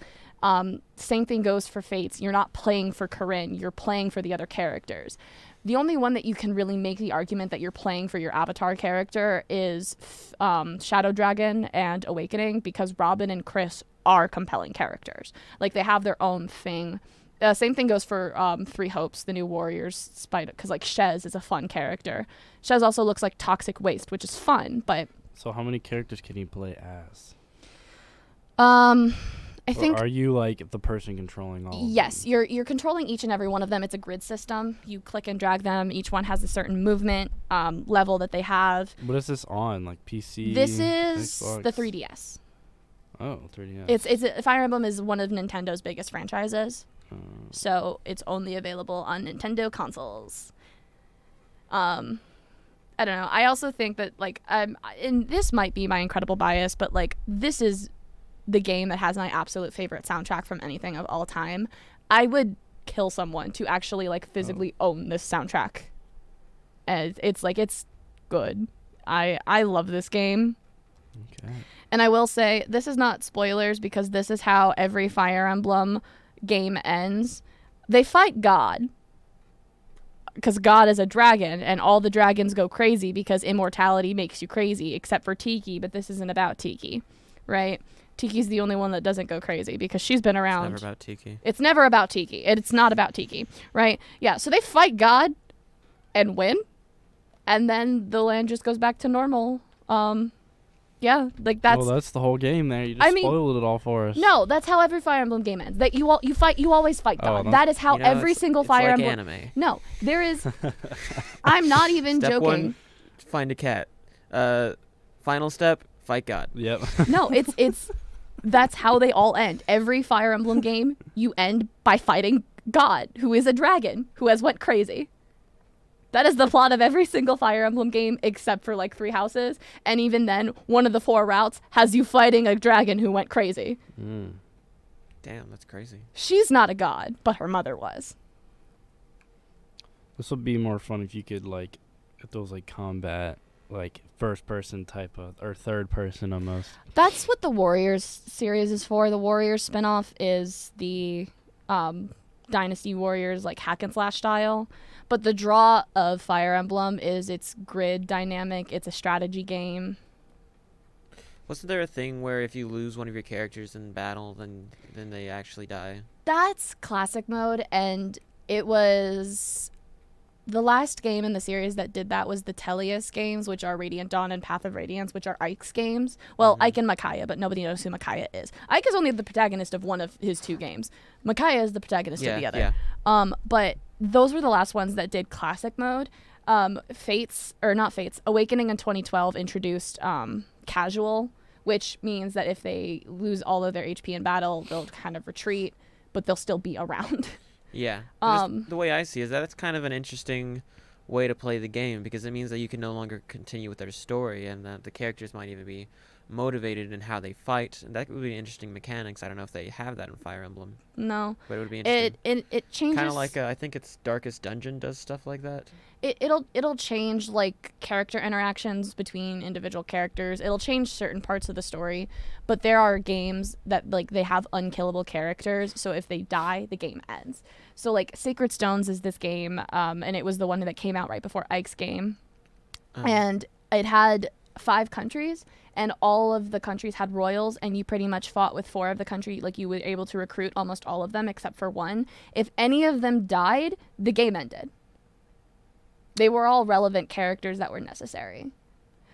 Speaker 1: Um, same thing goes for Fates. You're not playing for Corinne. You're playing for the other characters. The only one that you can really make the argument that you're playing for your avatar character is f- um, Shadow Dragon and Awakening because Robin and Chris are compelling characters. Like they have their own thing. Uh, same thing goes for um, Three Hopes, the new Warriors spider, because like Shez is a fun character. Shez also looks like toxic waste, which is fun, but
Speaker 2: So how many characters can you play as?
Speaker 1: um, I
Speaker 2: Or
Speaker 1: think
Speaker 2: are you like the person controlling all? of
Speaker 1: Yes,
Speaker 2: them?
Speaker 1: you're you're controlling each and every one of them. It's a grid system. You click and drag them. Each one has a certain movement um, level that they have.
Speaker 2: What is this on? Like PC?
Speaker 1: This is the
Speaker 2: Xbox?
Speaker 1: 3DS.
Speaker 2: Oh, 3DS.
Speaker 1: It's it's a, Fire Emblem is one of Nintendo's biggest franchises,
Speaker 2: Uh,
Speaker 1: so it's only available on Nintendo consoles. Um, I don't know. I also think that like um and this might be my incredible bias, but like this is the game that has my absolute favorite soundtrack from anything of all time. I would kill someone to actually like physically own this soundtrack. And it's like it's good. I I love this game.
Speaker 2: Okay.
Speaker 1: And I will say this is not spoilers because this is how every Fire Emblem game ends. They fight God because God is a dragon, and all the dragons go crazy because immortality makes you crazy, except for Tiki. But this isn't about Tiki, right? Tiki's the only one that doesn't go crazy because she's been
Speaker 3: It's
Speaker 1: around.
Speaker 3: never about Tiki.
Speaker 1: It's never about Tiki. and It's not about Tiki, right? Yeah. So they fight God and win, and then the land just goes back to normal. Um, yeah, like that's
Speaker 2: well, that's the whole game there. You just
Speaker 1: I mean-
Speaker 2: spoiled it all for us.
Speaker 1: no, that's how every Fire Emblem game ends. That you all you fight you always fight
Speaker 2: Oh,
Speaker 1: God.
Speaker 2: no.
Speaker 1: that is how
Speaker 3: You know,
Speaker 1: every
Speaker 3: it's-
Speaker 1: single
Speaker 3: it's
Speaker 1: Fire
Speaker 3: like
Speaker 1: Emblem.
Speaker 3: anime.
Speaker 1: No, there is. I'm not even
Speaker 3: Step
Speaker 1: joking.
Speaker 3: one, find a cat. Uh, final step, fight God.
Speaker 2: Yep.
Speaker 1: No, it's it's that's how they all end. Every Fire Emblem game, you end by fighting God, who is a dragon who has went crazy. That is the plot of every single Fire Emblem game except for like Three Houses, and even then, one of the four routes has you fighting a dragon who went crazy.
Speaker 2: Mm.
Speaker 3: Damn, that's crazy.
Speaker 1: She's not a god, but her mother was.
Speaker 2: This would be more fun if you could like, if there was like combat, like first person type of or third person almost.
Speaker 1: That's what the Warriors series is for. The Warriors spinoff is the um, Dynasty Warriors, like hack and slash style. But the draw of Fire Emblem is its grid dynamic. It's a strategy game.
Speaker 3: Wasn't there a thing where if you lose one of your characters in battle, then then they actually die?
Speaker 1: That's classic mode, and it was the last game in the series that did that was the Tellius games, which are Radiant Dawn and Path of Radiance, which are Ike's games. Well,
Speaker 3: Mm-hmm.
Speaker 1: Ike and Micaiah, but nobody knows who Micaiah is. Ike is only the protagonist of one of his two games. Micaiah is the protagonist
Speaker 3: yeah,
Speaker 1: of the other.
Speaker 3: yeah.
Speaker 1: Um, but those were the last ones that did classic mode. Um, Fates or not Fates, Awakening in 2012 introduced um, casual, which means that if they lose all of their HP in battle, they'll kind of retreat, but they'll still be around.
Speaker 3: Yeah. Just
Speaker 1: Um,
Speaker 3: the way I see it is that it's kind of an interesting way to play the game because it means that you can no longer continue with their story and that the characters might even be motivated in how they fight. And that would be interesting mechanics. I don't know if they have that in Fire Emblem,
Speaker 1: no,
Speaker 3: but it would be
Speaker 1: it
Speaker 3: interesting.
Speaker 1: it it changes.
Speaker 3: Kind of like uh, I think it's Darkest Dungeon does stuff like that.
Speaker 1: it, it'll it'll change like character interactions between individual characters it'll change certain parts of the story but there are games that like they have unkillable characters so if they die the game ends so like sacred stones is this game um, and it was the one that came out right before ike's game
Speaker 3: Um,
Speaker 1: and it had five countries and all of the countries had royals and you pretty much fought with four of the country like you were able to recruit almost all of them except for one if any of them died the game ended they were all relevant characters that were necessary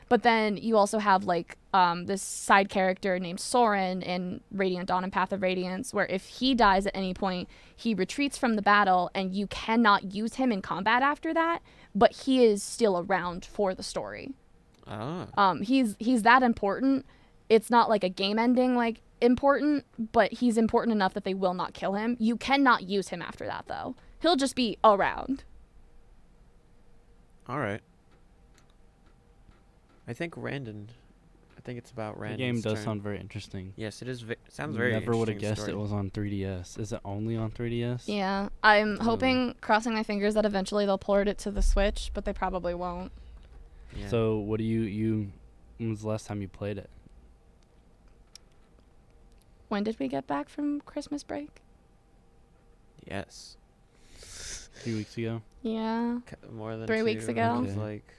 Speaker 1: but then you also have like um, this side character named Soren in Radiant Dawn and Path of Radiance, where if he dies at any point, he retreats from the battle and you cannot use him in combat after that, but he is still around for the story.
Speaker 3: ah,
Speaker 1: Um, he's he's that important. It's not like a game ending like important, but he's important enough that they will not kill him. You cannot use him after that though. He'll just be around.
Speaker 3: all right. I think Randon. I think it's about
Speaker 2: The
Speaker 3: Randon.
Speaker 2: game does sound very interesting.
Speaker 3: Yes, it is. Ve- sounds very.
Speaker 2: Never would have
Speaker 3: interesting
Speaker 2: guessed
Speaker 3: story.
Speaker 2: it was on 3DS. Is it only on 3DS?
Speaker 1: Yeah,
Speaker 3: Mm.
Speaker 1: I'm hoping, crossing my fingers, that eventually they'll port it to the Switch, but they probably won't.
Speaker 3: Yeah.
Speaker 2: So what do you you? When was the last time you played it?
Speaker 1: When did we get back from Christmas break?
Speaker 3: yes,
Speaker 2: A few weeks ago.
Speaker 1: Yeah.
Speaker 3: C- more than
Speaker 1: Three weeks
Speaker 3: two, it
Speaker 1: ago.
Speaker 3: was
Speaker 2: Okay.
Speaker 3: Like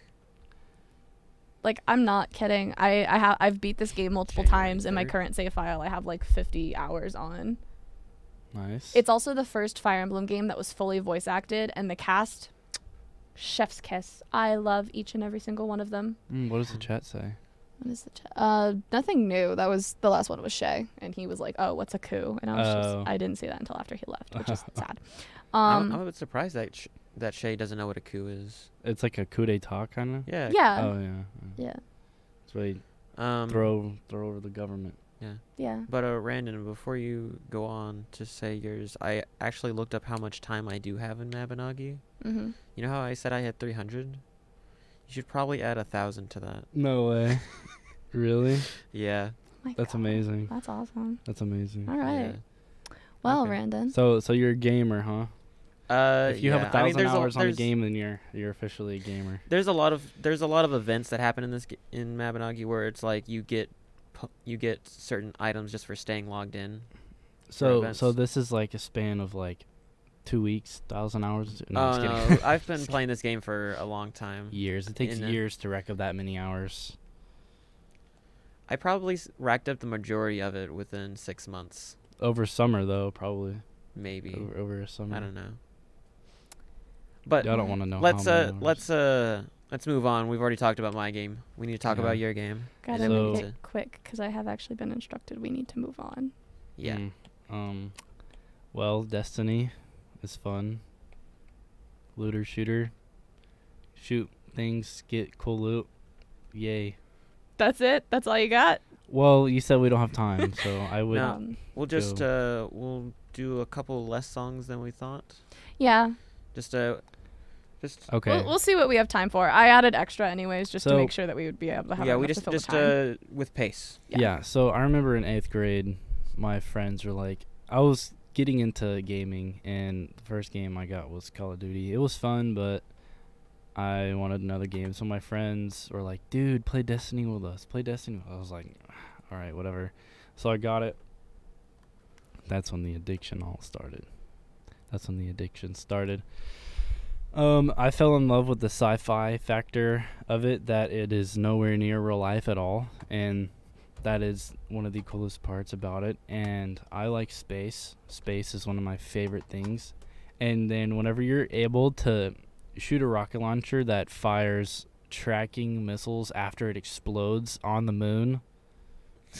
Speaker 1: Like I'm not kidding. I I have I've beat this game multiple
Speaker 3: January
Speaker 1: times in my
Speaker 3: third.
Speaker 1: current save file. I have like 50 hours on.
Speaker 2: Nice.
Speaker 1: It's also the first Fire Emblem game that was fully voice acted and the cast chef's kiss. I love each and every single one of them.
Speaker 2: Mm, what does the chat say?
Speaker 1: What is the ch- uh nothing new. That was the last one was Shay and he was like, "Oh, what's a coup?" And I was
Speaker 2: Oh.
Speaker 1: just I didn't see that until after he left, which is sad.
Speaker 3: I'm-
Speaker 1: Um
Speaker 3: I'm, a bit surprised that sh- that Shay doesn't know what a coup is.
Speaker 2: It's like a coup d'état kind of.
Speaker 3: Yeah.
Speaker 1: yeah.
Speaker 2: Oh yeah.
Speaker 1: Yeah.
Speaker 2: It's really
Speaker 3: Um,
Speaker 2: throw throw over the government.
Speaker 1: Yeah.
Speaker 3: But uh, Randon, before you go on to say yours, I actually looked up how much time I do have in Mabinagi.
Speaker 1: Mhm.
Speaker 3: You know how I said I had 300? You should probably add a thousand to that.
Speaker 2: No way. really?
Speaker 3: Yeah.
Speaker 1: My
Speaker 2: That's
Speaker 1: God.
Speaker 2: amazing.
Speaker 1: That's awesome.
Speaker 2: That's amazing.
Speaker 1: All right.
Speaker 3: yeah.
Speaker 1: Well,
Speaker 3: Okay.
Speaker 1: Brandon.
Speaker 2: So so you're a gamer, huh?
Speaker 3: Uh,
Speaker 2: If you have
Speaker 3: yeah.
Speaker 2: a
Speaker 3: I mean,
Speaker 2: thousand
Speaker 3: there's
Speaker 2: hours on a
Speaker 3: there's-
Speaker 2: game, then you're you're officially a gamer.
Speaker 3: There's a lot of there's a lot of events that happen in this g- in Mabinogi where it's like you get pu- you get certain items just for staying logged in.
Speaker 2: So so
Speaker 3: events.
Speaker 2: this is like a span of like two weeks, thousand hours. No,
Speaker 3: oh
Speaker 2: I'm just
Speaker 3: no,
Speaker 2: kidding.
Speaker 3: I've been playing this game for a long time.
Speaker 2: years. It takes
Speaker 3: in a-
Speaker 2: years to rack up that many hours.
Speaker 3: I probably s- racked up the majority of it within six months,
Speaker 2: Over summer though, probably.
Speaker 3: maybe.
Speaker 2: Over, over a summer.
Speaker 3: I don't know. But
Speaker 2: I don't want to know. how
Speaker 3: let's
Speaker 2: many
Speaker 3: uh
Speaker 2: hours.
Speaker 3: let's uh let's move on. We've already talked about my game. We need to talk
Speaker 2: Yeah.
Speaker 3: about your game.
Speaker 1: Gotta
Speaker 3: then
Speaker 2: we
Speaker 1: make
Speaker 2: need
Speaker 1: it
Speaker 3: to-
Speaker 1: quick because I have actually been instructed we need to move on.
Speaker 3: Yeah.
Speaker 2: Mm, um, well, Destiny is fun. Looter shooter. Shoot things, get cool loot. Yay.
Speaker 1: That's it. That's all you got.
Speaker 2: Well, you said we don't have time, so I would.
Speaker 3: No.
Speaker 1: Um,
Speaker 3: We'll just uh we'll do a couple less songs than we thought.
Speaker 1: yeah.
Speaker 3: Just uh just
Speaker 2: Okay.
Speaker 1: We'll, we'll see what we have time for. I added extra anyways just to
Speaker 2: So-
Speaker 1: make sure that we would be able to have.
Speaker 3: yeah,
Speaker 1: enough
Speaker 3: we
Speaker 1: to
Speaker 3: just
Speaker 1: fill the
Speaker 3: just
Speaker 1: time.
Speaker 3: uh with pace.
Speaker 2: yeah. so I remember in eighth grade, my friends were like, I was getting into gaming, and the first game I got was Call of Duty. It was fun, but I wanted another game. So my friends were like, dude, play Destiny with us. Play Destiny with us. I was like, "Ah, all right, whatever. So I got it. That's when the addiction all started. That's when the addiction started. Um, I fell in love with the sci-fi factor of it that it is nowhere near real life at all, and that is one of the coolest parts about it. And I like space. Space is one of my favorite things. And then whenever you're able to shoot a rocket launcher that fires tracking missiles after it explodes on the moon,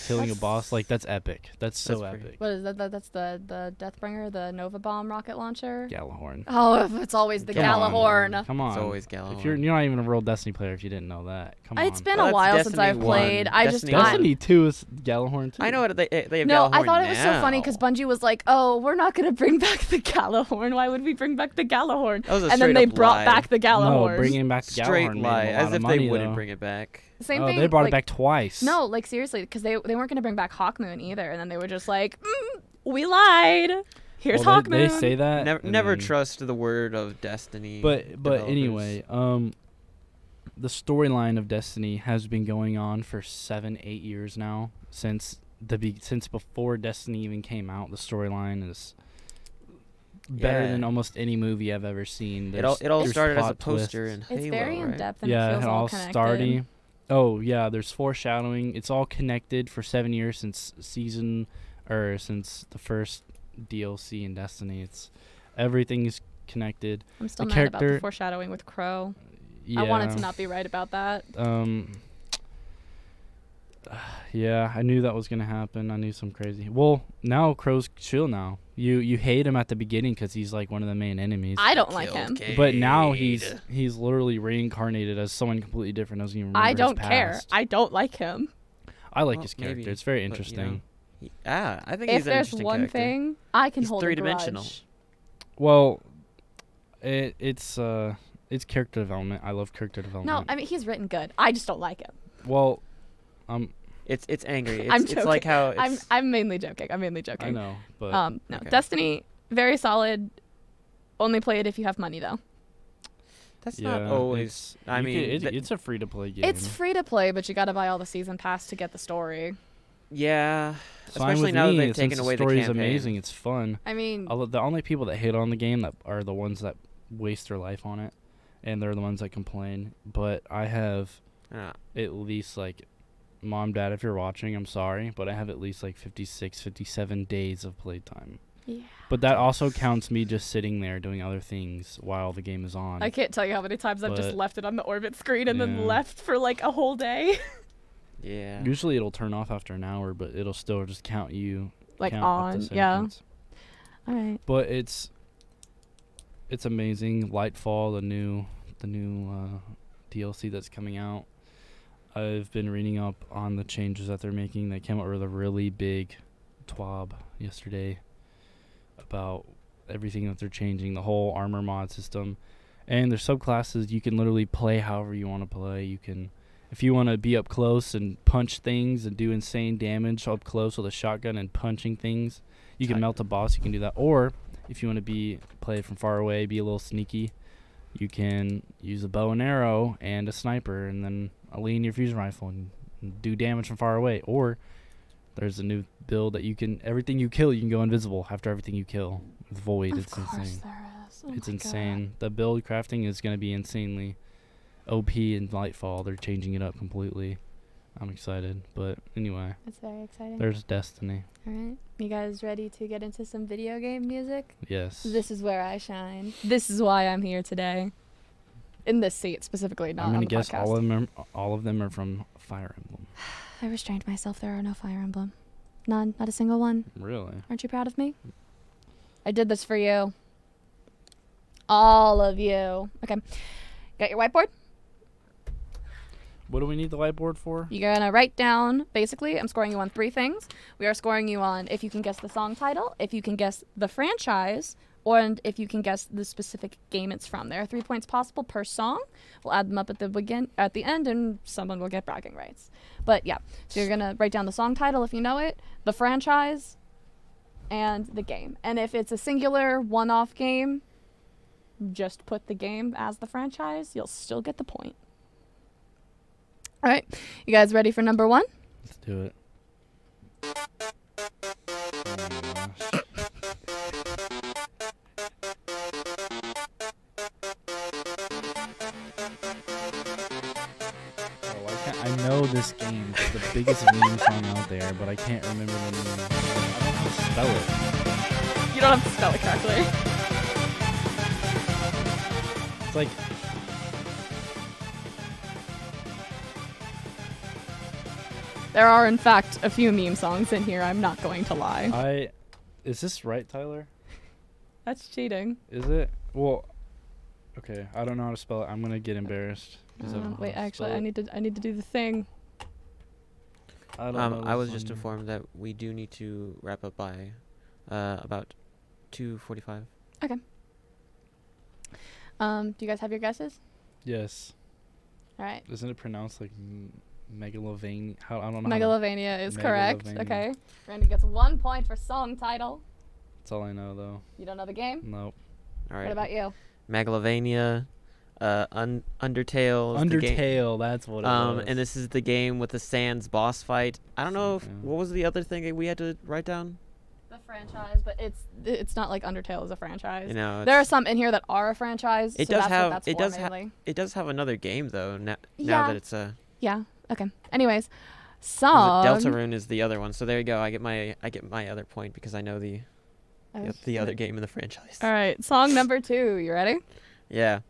Speaker 2: killing a
Speaker 1: That's-
Speaker 2: boss like that's epic. That's so
Speaker 3: That's pretty-
Speaker 2: epic.
Speaker 1: What is that? that that's the the Deathbringer, the Nova bomb rocket launcher.
Speaker 2: Galahorn.
Speaker 1: Oh, it's always the
Speaker 3: Come on.
Speaker 1: Galahorn.
Speaker 2: Come on.
Speaker 3: It's always Galahorn.
Speaker 2: If you're you're not even a real Destiny player if you didn't know that. Come
Speaker 1: It's
Speaker 2: on.
Speaker 1: been
Speaker 3: Well,
Speaker 1: a
Speaker 3: that's
Speaker 1: while since
Speaker 3: Destiny
Speaker 1: I've played.
Speaker 3: one.
Speaker 1: I just
Speaker 3: Destiny
Speaker 1: I,
Speaker 2: Destiny two is Galahorn two.
Speaker 3: I know it. They, they have
Speaker 1: no.
Speaker 3: Galahorn
Speaker 1: I thought it was so funny
Speaker 3: now.
Speaker 1: because Bungie was like, "Oh, we're not gonna bring back the Galahorn. Why would we bring back the Galahorn?"
Speaker 3: That was a
Speaker 1: And then
Speaker 3: straight
Speaker 1: they
Speaker 3: up
Speaker 1: brought
Speaker 3: lie.
Speaker 1: back the Galahorn.
Speaker 2: No, bringing back
Speaker 3: straight
Speaker 2: Galahorn
Speaker 3: lie,
Speaker 2: made a lot
Speaker 3: as
Speaker 2: of
Speaker 3: if
Speaker 2: money,
Speaker 3: they wouldn't
Speaker 2: though.
Speaker 3: bring it back.
Speaker 1: Same
Speaker 2: oh,
Speaker 1: thing.
Speaker 2: they brought
Speaker 1: like-
Speaker 2: it back twice.
Speaker 1: No, like seriously, because they they weren't gonna bring back Hawkmoon either, and then they were just like, mm, "We lied. Here's
Speaker 2: well,
Speaker 1: Hawkmoon."
Speaker 2: they, they say that.
Speaker 3: Never,
Speaker 2: and
Speaker 3: never
Speaker 2: then-
Speaker 3: trust the word of destiny.
Speaker 2: Uh, But but
Speaker 3: developers.
Speaker 2: anyway, um, the storyline of Destiny has been going on for seven, eight years now since the be- since before Destiny even came out. The storyline is better
Speaker 3: Yeah.
Speaker 2: than almost any movie I've ever seen.
Speaker 3: it all
Speaker 2: There's-
Speaker 3: it all
Speaker 2: there's
Speaker 3: started as a
Speaker 2: plot twists.
Speaker 3: poster in Halo.
Speaker 1: it's very
Speaker 3: right?
Speaker 1: in depth and
Speaker 2: yeah,
Speaker 1: it feels
Speaker 2: it
Speaker 1: all
Speaker 2: all
Speaker 1: connected.
Speaker 2: starty. Oh yeah, there's foreshadowing. It's all connected for seven years since season, or since the first DLC in Destiny. It's everything's connected.
Speaker 1: I'm still
Speaker 2: The
Speaker 1: mad about the
Speaker 2: character-
Speaker 1: foreshadowing with Crow.
Speaker 2: Yeah.
Speaker 1: I wanted to not be right about that.
Speaker 2: Um. Yeah, I knew that was gonna happen. I knew some crazy. Well, now Crow's chill. Now you you hate him at the beginning because he's like one of the main enemies.
Speaker 1: I don't like
Speaker 3: Killed
Speaker 1: him.
Speaker 3: Cade.
Speaker 2: but now he's he's literally reincarnated as someone completely different. Doesn't even.
Speaker 1: I
Speaker 2: remember
Speaker 1: don't
Speaker 2: his
Speaker 1: care.
Speaker 2: past.
Speaker 1: I don't like him.
Speaker 2: I like
Speaker 3: Well,
Speaker 2: his character.
Speaker 3: maybe,
Speaker 2: it's very
Speaker 3: but, you
Speaker 2: interesting.
Speaker 3: know, He- ah, I think
Speaker 1: If
Speaker 3: he's an
Speaker 1: there's
Speaker 3: interesting
Speaker 1: one
Speaker 3: character.
Speaker 1: thing I can
Speaker 3: He's
Speaker 1: hold, a
Speaker 3: three-dimensional.
Speaker 1: grudge.
Speaker 2: Well, it, it's uh, it's character development. I love character
Speaker 1: No,
Speaker 2: development.
Speaker 1: I mean he's written good. I just don't like him.
Speaker 2: well, um,
Speaker 3: It's it's angry. It's,
Speaker 1: I'm
Speaker 3: it's like
Speaker 1: joking.
Speaker 3: how it's,
Speaker 1: I'm I'm mainly joking. I'm mainly joking.
Speaker 2: I know, but
Speaker 1: Um, no,
Speaker 3: okay.
Speaker 1: Destiny very solid. Only play it if you have money though.
Speaker 3: that's
Speaker 2: yeah,
Speaker 3: not always.
Speaker 2: it's-
Speaker 3: I
Speaker 2: you
Speaker 3: mean,
Speaker 2: could- it-
Speaker 3: th-
Speaker 2: it's a free to play game.
Speaker 1: It's free to play, but you got to buy all the season pass to get the story.
Speaker 3: Yeah,
Speaker 2: It's fine
Speaker 3: especially
Speaker 2: with
Speaker 3: now that
Speaker 2: me,
Speaker 3: they've
Speaker 2: since
Speaker 3: taken away
Speaker 2: the
Speaker 3: the
Speaker 2: story's
Speaker 3: campaign.
Speaker 2: amazing. It's fun.
Speaker 1: I mean,
Speaker 2: Although the only people that hate on the game that are the ones that waste their life on it, and they're the ones that complain. But I have
Speaker 3: Ah,
Speaker 2: at least like mom dad if you're watching i'm sorry but i have at least like 56 57 days of playtime
Speaker 1: Yeah.
Speaker 2: but that also counts me just sitting there doing other things while the game is on
Speaker 1: I can't tell you how many times I've just
Speaker 2: But-
Speaker 1: left it on the orbit screen and
Speaker 2: Yeah.
Speaker 1: then left for like a whole day,
Speaker 3: yeah.
Speaker 2: usually it'll turn off after an hour but it'll still just count you
Speaker 1: like
Speaker 2: count up the
Speaker 1: on. Yeah.
Speaker 2: seconds.
Speaker 1: All right.
Speaker 2: but it's it's amazing lightfall the new the new uh, dlc that's coming out i've been reading up on the changes that they're making they came out with a really big twab yesterday about everything that they're changing the whole armor mod system And there's subclasses you can literally play however you want to play. You can, if you want to be up close and punch things and do insane damage up close with a shotgun and punching things, you can
Speaker 3: Tight.
Speaker 2: melt a boss. You can do that. Or if you want to be play from far away, be a little sneaky, you can use a bow and arrow and a sniper, and then a linear fusion rifle and, and do damage from far away. Or there's a new build that you can everything you kill, you can go invisible after everything you kill. With void,
Speaker 1: Of
Speaker 2: it's
Speaker 1: course
Speaker 2: insane
Speaker 1: there is. Oh
Speaker 2: it's
Speaker 1: my God.
Speaker 2: insane. The build crafting is going to be insanely OP in Lightfall. They're changing it up completely. I'm excited, but anyway,
Speaker 1: It's very exciting.
Speaker 2: there's Destiny.
Speaker 1: All right. You guys ready to get into some video game music?
Speaker 2: Yes.
Speaker 1: This is where I shine. This is why I'm here today. In this seat specifically, not
Speaker 2: I'm
Speaker 1: on
Speaker 2: gonna
Speaker 1: the
Speaker 2: guess
Speaker 1: podcast.
Speaker 2: all of them. All of them are from Fire Emblem.
Speaker 1: I restrained myself. There are no Fire Emblem. None. Not a single one.
Speaker 2: Really?
Speaker 1: Aren't you proud of me? I did this for you. All of you. Okay. Got your whiteboard?
Speaker 2: What do we need the whiteboard for?
Speaker 1: You're gonna write down. Basically, I'm scoring you on three things. We are scoring you on if you can guess the song title, if you can guess the franchise, or and if you can guess the specific game it's from. There are three points possible per song. We'll add them up at the begin at the end, and someone will get bragging rights. But yeah, so you're gonna write down the song title if you know it, the franchise, and the game. And if it's a singular one-off game, just put the game as the franchise. You'll still get the point. All right, you guys ready for number one?
Speaker 2: Let's do it. Oh my gosh. Oh, why can't- I know this game is the biggest meme song out there, but I can't remember the name. How to Spell it.
Speaker 1: You don't have to spell it correctly.
Speaker 2: It's like
Speaker 1: There are, in fact, a few meme songs in here, I'm not going to lie.
Speaker 2: I. Is this right, Tyler?
Speaker 1: That's cheating.
Speaker 2: Is it? Well, okay. I don't know how to spell it. I'm gonna get embarrassed. 'cause I don't
Speaker 1: Uh,
Speaker 2: know how
Speaker 1: wait,
Speaker 2: to
Speaker 1: actually,
Speaker 2: spell
Speaker 1: I
Speaker 2: it.
Speaker 1: need to I need to do the thing.
Speaker 2: I don't know
Speaker 3: Um, I
Speaker 2: this
Speaker 3: was just
Speaker 2: one.
Speaker 3: informed that we do need to wrap up by uh, about 2:45.
Speaker 1: Um, do you guys have your guesses?
Speaker 2: Yes.
Speaker 1: All right.
Speaker 2: Isn't it pronounced like m- megalovania? How I don't know. how to-
Speaker 1: Megalovania is correct.
Speaker 2: Megalovania.
Speaker 1: Okay. Brandon gets one point for song title.
Speaker 2: That's all I know though.
Speaker 1: You don't know the game?
Speaker 2: Nope.
Speaker 3: All right.
Speaker 1: What about you?
Speaker 3: Megalovania, uh, un- Undertale. is the game-
Speaker 2: Undertale. That's what. It
Speaker 3: Um,
Speaker 2: was.
Speaker 3: and this is the game with the Sands boss fight. I don't know if
Speaker 2: Sand, yeah.
Speaker 3: what was the other thing that we had to write down.
Speaker 1: The franchise, but it's it's not like Undertale is a franchise.
Speaker 3: You know,
Speaker 1: there are
Speaker 3: it's-
Speaker 1: some in here that are a franchise.
Speaker 3: It
Speaker 1: so
Speaker 3: does
Speaker 1: that's
Speaker 3: have-
Speaker 1: What that's
Speaker 3: it
Speaker 1: for
Speaker 3: does ha-
Speaker 1: mainly.
Speaker 3: it does have another game though. Now, now
Speaker 1: Yeah.
Speaker 3: that it's uh, a
Speaker 1: yeah. Okay. Anyways,
Speaker 3: uh,
Speaker 1: song.
Speaker 3: Deltarune is the other one. So there you go. I get my I get my other point because I know the
Speaker 1: I
Speaker 3: the,
Speaker 1: was
Speaker 3: the other
Speaker 1: like-
Speaker 3: game in the franchise.
Speaker 1: Oh, All right, song number two. You ready?
Speaker 3: Yeah.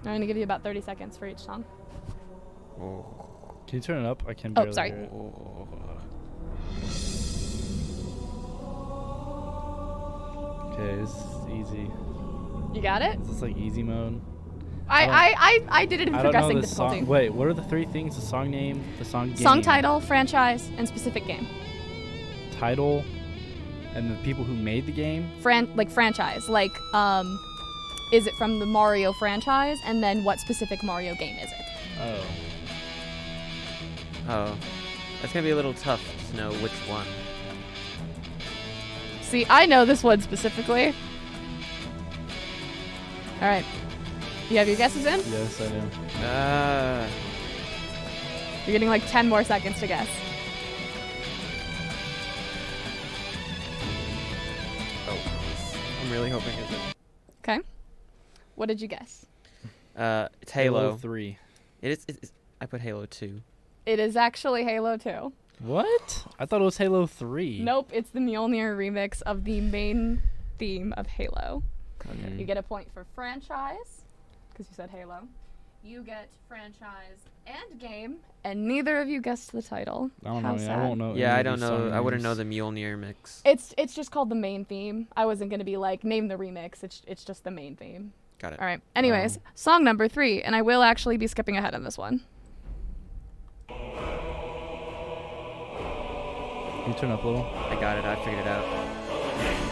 Speaker 1: I'm going to give you about 30 seconds for each song.
Speaker 3: Oh.
Speaker 2: Can you turn it up? I can.
Speaker 1: Oh,
Speaker 2: barely
Speaker 1: sorry.
Speaker 2: hear it. Okay, this is easy.
Speaker 1: You got it?
Speaker 2: Is this like easy mode?
Speaker 1: I,
Speaker 2: Oh.
Speaker 1: I, I, I did it in
Speaker 2: I don't know
Speaker 1: progressing
Speaker 2: the song.
Speaker 1: difficulty.
Speaker 2: Wait, what are the three things? The song name, the song game,
Speaker 1: Song title, franchise, and specific game.
Speaker 2: title, and the people who made the game.
Speaker 1: Fran- like franchise, like um, is it from the Mario franchise, and then what specific Mario game is it?
Speaker 2: Oh,
Speaker 3: Oh. That's gonna be a little tough to know which one.
Speaker 1: See, I know this one specifically. All right, you have your guesses in.
Speaker 2: yes, I do.
Speaker 3: Uh,
Speaker 1: You're getting like 10 more seconds to guess.
Speaker 3: oh. I'm really hoping it's
Speaker 1: Okay, what did you guess?
Speaker 3: a, uh it's Halo.
Speaker 2: Three.
Speaker 3: It is. It's, I put Halo Two.
Speaker 1: It is actually Halo 2.
Speaker 2: What? I thought it was Halo Three.
Speaker 1: Nope, it's the Mjolnir remix of the main theme of Halo.
Speaker 2: Okay.
Speaker 1: You get a point for franchise, because you said Halo. You get franchise and game, and neither of you guessed the title.
Speaker 2: I don't
Speaker 1: How
Speaker 2: know.
Speaker 1: sad.
Speaker 2: I won't know.
Speaker 3: Yeah,
Speaker 2: any
Speaker 3: I
Speaker 2: of
Speaker 3: don't
Speaker 2: these
Speaker 3: know.
Speaker 2: song
Speaker 3: I wouldn't know
Speaker 2: names.
Speaker 3: the Mjolnir mix.
Speaker 1: It's it's just called the main theme. I wasn't gonna be like name the remix. It's it's just the main theme.
Speaker 3: Got it.
Speaker 1: All right. Anyways, song number three, and I will actually be skipping ahead on this one.
Speaker 2: Can you turn up a little?
Speaker 3: I got it. I figured it out.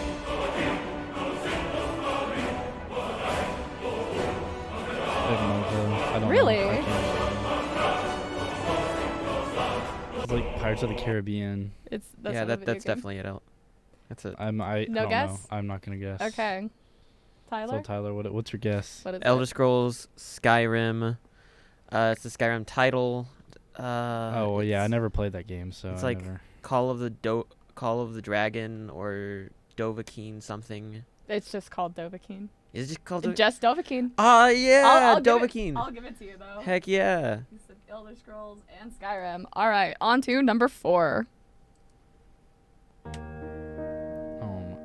Speaker 2: I have no clue. I don't know.
Speaker 1: Really?
Speaker 2: I can't- It's like Pirates of the Caribbean.
Speaker 1: It's that's
Speaker 3: yeah,
Speaker 1: not a
Speaker 3: that
Speaker 1: video
Speaker 3: that's
Speaker 1: game.
Speaker 3: definitely it. I'll- That's it.
Speaker 2: I'm I, I
Speaker 1: No
Speaker 2: don't
Speaker 1: guess?
Speaker 2: Know. I'm not gonna guess.
Speaker 1: okay. Tyler,
Speaker 2: So Tyler, what what's your guess?
Speaker 1: what is
Speaker 3: Elder
Speaker 1: it?
Speaker 3: Scrolls Skyrim. Uh, it's the Skyrim title. Uh,
Speaker 2: oh well, yeah, I
Speaker 3: it's
Speaker 2: never played that game, so
Speaker 3: it's
Speaker 2: I
Speaker 3: like-
Speaker 2: never-
Speaker 3: Call of the Do- Call of the Dragon or Dovahkiin something.
Speaker 1: It's just called Dovahkiin.
Speaker 3: Is it just called? Dov-
Speaker 1: Just Dovahkiin.
Speaker 3: Ah yeah,
Speaker 1: I'll give it-
Speaker 3: Dovahkiin.
Speaker 1: I'll give it to you though.
Speaker 3: Heck yeah.
Speaker 1: You said Elder Scrolls and Skyrim. All right, on to number four.
Speaker 2: Oh,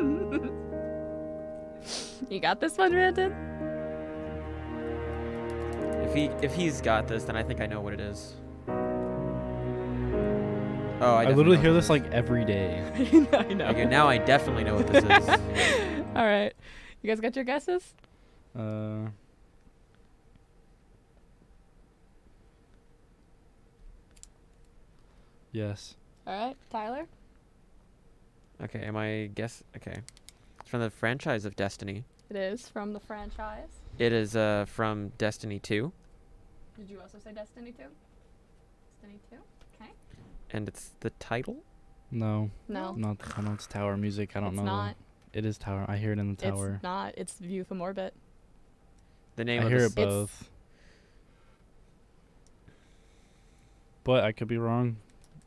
Speaker 2: my-
Speaker 1: You got this one, Brandon?
Speaker 3: If he if he's got this, then I think I know what it is. Oh, I,
Speaker 2: I,
Speaker 3: definitely
Speaker 2: literally
Speaker 3: know what it
Speaker 2: hear this
Speaker 3: is.
Speaker 2: like every day.
Speaker 1: I know.
Speaker 3: Okay, now I definitely know what this is.
Speaker 1: All right. You guys got your guesses?
Speaker 2: Uh, yes.
Speaker 1: All right, Tyler.
Speaker 3: Okay, am I guess? Okay, it's from the franchise of Destiny.
Speaker 1: It is from the franchise.
Speaker 3: It is uh from Destiny 2,
Speaker 1: Did you also say Destiny 2? Destiny 2?
Speaker 3: and it's the title.
Speaker 2: No.
Speaker 1: No.
Speaker 2: Not. I know it's tower music. I don't
Speaker 1: it's
Speaker 2: know. though.
Speaker 1: not.
Speaker 2: It is tower. I hear it in the tower.
Speaker 1: It's not. It's View from Orbit.
Speaker 3: The name
Speaker 2: I
Speaker 3: of
Speaker 2: hear
Speaker 3: the
Speaker 2: it
Speaker 1: It's-
Speaker 2: both. But I could be wrong.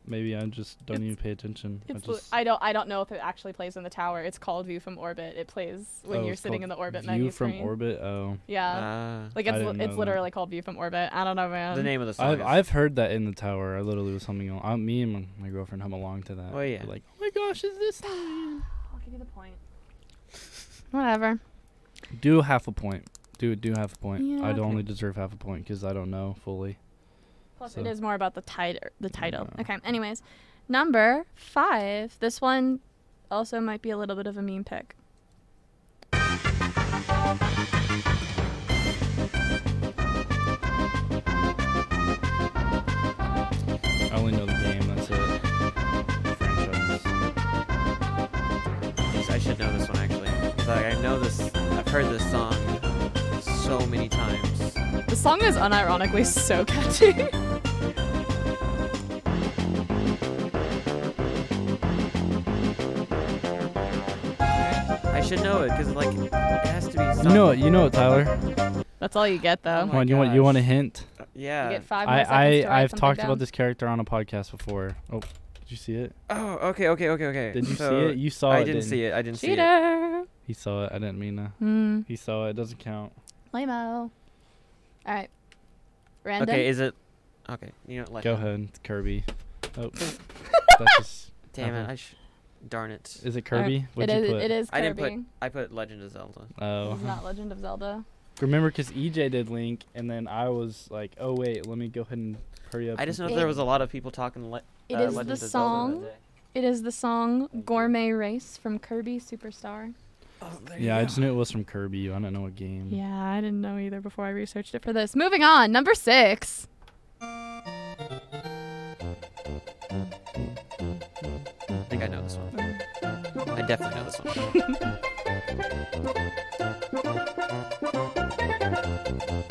Speaker 2: Maybe I just don't
Speaker 1: It's-
Speaker 2: even pay attention. I
Speaker 1: It's I,
Speaker 2: just
Speaker 1: I don't I don't know if it actually plays in the tower. It's called View from Orbit. It plays when
Speaker 2: oh,
Speaker 1: you're
Speaker 2: it's
Speaker 1: sitting
Speaker 2: called
Speaker 1: in the orbit
Speaker 2: View
Speaker 1: menu
Speaker 2: from
Speaker 1: screen.
Speaker 2: orbit. Oh,
Speaker 1: Yeah. um,
Speaker 3: Ah,
Speaker 1: like
Speaker 2: I
Speaker 1: it's li-
Speaker 2: didn't know
Speaker 1: it's
Speaker 2: that.
Speaker 1: literally called View from Orbit. I don't know, man.
Speaker 3: the name of the song.
Speaker 2: I've
Speaker 3: is-
Speaker 2: I've heard that in the tower. I literally was humming. al- I, me and my, my girlfriend hum along to that.
Speaker 3: Oh, yeah.
Speaker 2: We're Like oh my gosh, is this?
Speaker 1: I'll give you the point. Whatever.
Speaker 2: Do half a point. Do do half a point.
Speaker 1: Yeah,
Speaker 2: I'd
Speaker 1: okay.
Speaker 2: only deserve half a point because I don't know fully.
Speaker 1: Plus,
Speaker 2: So-
Speaker 1: it is more about the title. The title.
Speaker 2: Yeah.
Speaker 1: Okay. Anyways, number five. This one also might be a little bit of a meme pick.
Speaker 2: I only know the game. That's it. Franchise.
Speaker 3: Jeez, I should know this one actually. 'Cause, Like I know this. I've heard this song so many times.
Speaker 1: The song is unironically so catchy.
Speaker 3: I should know it because like it has to be. Something.
Speaker 2: You know it. You know it, Tyler.
Speaker 1: That's all you get though.
Speaker 3: Oh
Speaker 2: Come
Speaker 3: my
Speaker 2: on, you want you want a
Speaker 3: gosh.
Speaker 2: hint?
Speaker 1: you
Speaker 3: Yeah.
Speaker 1: get five. More
Speaker 2: I,
Speaker 1: seconds to write
Speaker 2: I I've
Speaker 1: something
Speaker 2: talked
Speaker 1: down.
Speaker 2: about this character on a podcast before. Oh, did you see it?
Speaker 3: oh, okay, okay, okay, okay.
Speaker 2: Did you
Speaker 3: So,
Speaker 2: see it? You saw
Speaker 3: I
Speaker 2: it.
Speaker 3: didn't, see it. I didn't see it.
Speaker 1: Cheater.
Speaker 2: He saw it. I didn't mean to.
Speaker 1: Hmm.
Speaker 2: He saw it. Doesn't count.
Speaker 1: Lamo. All right. Random.
Speaker 3: Okay, is it? Okay, you know. Like,
Speaker 2: Go ahead, it's Kirby. Oh, that's just,
Speaker 3: Damn it!
Speaker 2: Okay.
Speaker 3: I sh- darn it!
Speaker 2: is it Kirby?
Speaker 1: It
Speaker 2: What'd you
Speaker 1: is.
Speaker 2: put?
Speaker 1: It is Kirby.
Speaker 3: I didn't put- I put Legend of Zelda.
Speaker 1: This
Speaker 2: Oh,
Speaker 1: is not Legend of Zelda.
Speaker 2: remember because EJ did Link, and then I was like, oh wait, let me go ahead and hurry up.
Speaker 3: I
Speaker 2: and
Speaker 3: just know
Speaker 2: put-
Speaker 1: It-
Speaker 3: there was a lot of people talking. Le-
Speaker 1: It
Speaker 3: uh,
Speaker 1: is
Speaker 3: Legend
Speaker 1: the
Speaker 3: of Zelda that
Speaker 1: song.
Speaker 3: day.
Speaker 1: It is the song "Gourmet Race" from Kirby Superstar.
Speaker 2: Yeah, I just knew it was from Kirby. I don't know what game.
Speaker 1: Yeah, I didn't know either before I researched it for this. Moving on, number six.
Speaker 3: I think I know this one. I definitely know this one.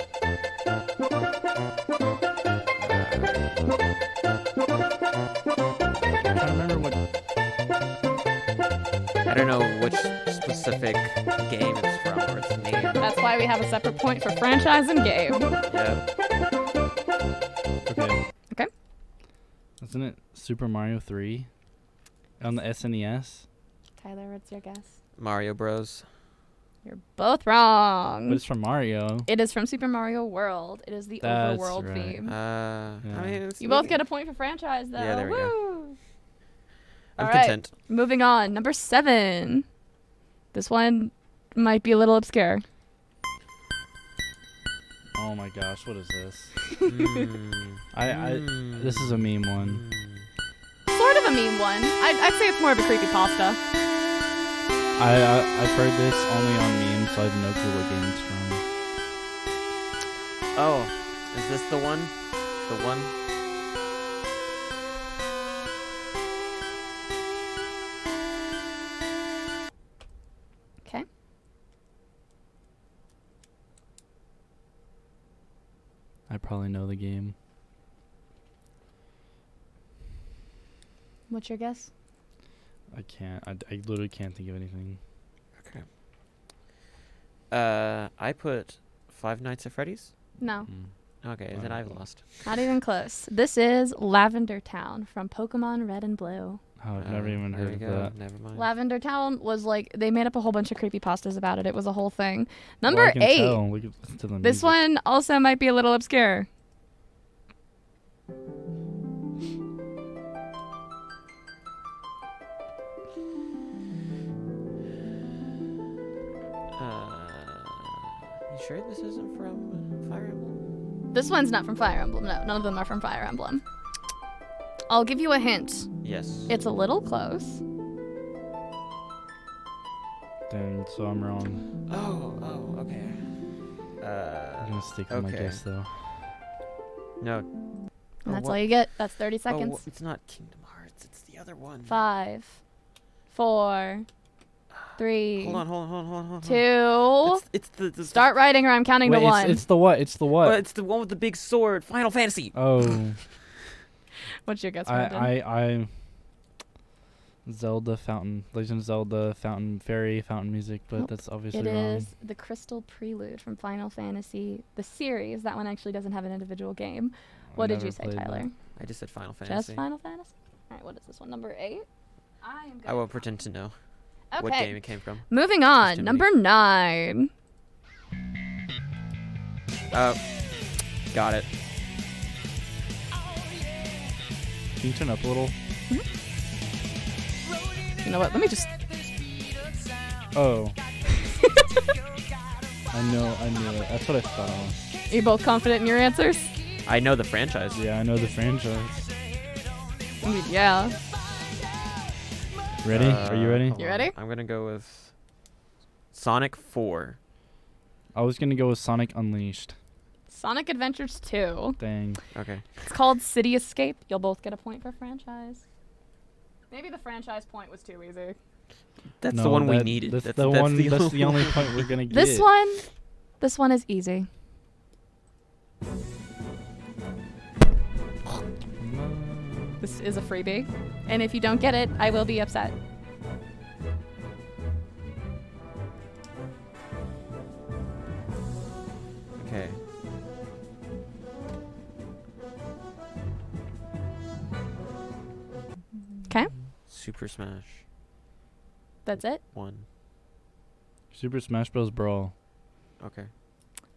Speaker 2: I can't remember what.
Speaker 3: I don't know which specific game it's from or its name.
Speaker 1: That's why we have a separate point for franchise and game.
Speaker 3: Yeah.
Speaker 2: Okay.
Speaker 1: Okay.
Speaker 2: Isn't it Super Mario Three on the E SNES?
Speaker 1: Tyler, what's your guess?
Speaker 3: Mario Bros.
Speaker 1: You're both wrong.
Speaker 3: Mm.
Speaker 2: But it's from Mario.
Speaker 1: It is from Super Mario World. It is the
Speaker 2: That's
Speaker 1: overworld
Speaker 2: right.
Speaker 1: theme.
Speaker 3: Uh,
Speaker 2: Yeah.
Speaker 3: I mean, it's
Speaker 1: you both get a point for franchise, though.
Speaker 3: Yeah, there we
Speaker 1: Woo!
Speaker 3: go. I'm
Speaker 1: All right.
Speaker 3: content.
Speaker 1: Moving on, number seven. This one might be a little obscure.
Speaker 2: Oh my gosh, what is this?
Speaker 3: Mm.
Speaker 2: I, I
Speaker 3: Mm.
Speaker 2: this is a meme one.
Speaker 3: Mm.
Speaker 1: Sort of a meme one. I'd, I'd say it's more of a creepy pasta.
Speaker 2: I, I I've heard this only on memes, so I have no clue what game it's from.
Speaker 3: Oh, is this the one? The one?
Speaker 1: What's your guess?
Speaker 2: I can't. I, I literally can't think of anything.
Speaker 3: Okay. Uh, I put Five Nights at Freddy's.
Speaker 1: No,
Speaker 2: Mm.
Speaker 3: Okay, then
Speaker 2: Wow.
Speaker 3: I've lost.
Speaker 1: not even close. This is Lavender Town from Pokemon Red and Blue.
Speaker 2: Oh, I've never
Speaker 3: Uh,
Speaker 2: even
Speaker 3: there
Speaker 2: heard
Speaker 3: we
Speaker 2: of
Speaker 3: go.
Speaker 2: that.
Speaker 3: Never mind.
Speaker 1: Lavender Town was like they made up a whole bunch of creepy pastas about it. It was a whole thing.
Speaker 2: Well, I
Speaker 1: Number
Speaker 2: can
Speaker 1: eight.
Speaker 2: tell. Look at- listen to the
Speaker 1: This
Speaker 2: music.
Speaker 1: one also might be a little obscure.
Speaker 3: Uh, you sure this isn't from Fire Emblem?
Speaker 1: This one's not from Fire Emblem. No, none of them are from Fire Emblem. I'll give you a hint.
Speaker 3: Yes.
Speaker 1: It's a little close.
Speaker 2: Then, so I'm wrong.
Speaker 3: Oh, oh, okay.
Speaker 2: I'm
Speaker 3: Uh,
Speaker 2: gonna stick with my
Speaker 3: okay.
Speaker 2: guess though.
Speaker 3: no.
Speaker 1: And that's
Speaker 3: wha-
Speaker 1: all you get. That's 30
Speaker 3: oh, wha-
Speaker 1: seconds.
Speaker 3: it's not Kingdom Hearts. It's the other one.
Speaker 1: Five, four, three,
Speaker 3: Hold on, hold on, hold on, hold on, hold on.
Speaker 1: two.
Speaker 3: It's, it's the, the
Speaker 1: Start writing or I'm counting
Speaker 2: Wait,
Speaker 1: to
Speaker 2: it's,
Speaker 1: one.
Speaker 2: it's the what? It's the
Speaker 3: The,
Speaker 2: what?
Speaker 3: well, it's the one with the big sword. Final Fantasy.
Speaker 2: oh,
Speaker 1: What's your guess,
Speaker 2: I,
Speaker 1: Brandon?
Speaker 2: I, I. Zelda Fountain, Legend of Zelda Fountain Fairy Fountain music, but
Speaker 1: Nope.
Speaker 2: that's obviously
Speaker 1: it
Speaker 2: wrong.
Speaker 1: is the Crystal Prelude from Final Fantasy, the series. That one actually doesn't have an individual game.
Speaker 2: I've
Speaker 1: What did
Speaker 2: never
Speaker 1: you say,
Speaker 2: played that.
Speaker 1: Tyler?
Speaker 3: I just said Final Fantasy.
Speaker 1: Just Final Fantasy? All right, what is this one? Number eight? I am good.
Speaker 3: I won't pretend to know
Speaker 1: okay.
Speaker 3: what game it came from.
Speaker 1: Moving on,
Speaker 3: too many.
Speaker 1: number nine.
Speaker 3: Uh, got it.
Speaker 2: Can you turn up a little?
Speaker 1: You know what? Let me just.
Speaker 2: Oh. I know, I knew it. That's what I thought.
Speaker 1: you both confident in your answers?
Speaker 3: I know the franchise.
Speaker 2: Yeah, I know the franchise.
Speaker 1: I mean, yeah.
Speaker 2: Ready?
Speaker 3: Uh,
Speaker 2: Are you ready?
Speaker 3: hold
Speaker 1: You
Speaker 3: on.
Speaker 1: ready?
Speaker 3: I'm gonna go with Sonic Four.
Speaker 2: I was gonna go with Sonic Unleashed.
Speaker 1: Sonic Adventures 2.
Speaker 2: Dang.
Speaker 3: Okay.
Speaker 1: It's called City Escape. You'll both get a point for franchise. Maybe the franchise point was too easy.
Speaker 3: That's the
Speaker 2: No,
Speaker 3: one we
Speaker 2: that-
Speaker 3: needed.
Speaker 2: That's, the one. that's the only point we're gonna get.
Speaker 1: This one, this one is easy. This is a freebie, and if you don't get it, I will be upset.
Speaker 3: Okay.
Speaker 1: Okay,
Speaker 3: Super Smash
Speaker 1: that's it.
Speaker 3: One.
Speaker 2: Super Smash Bros. Brawl.
Speaker 3: Okay.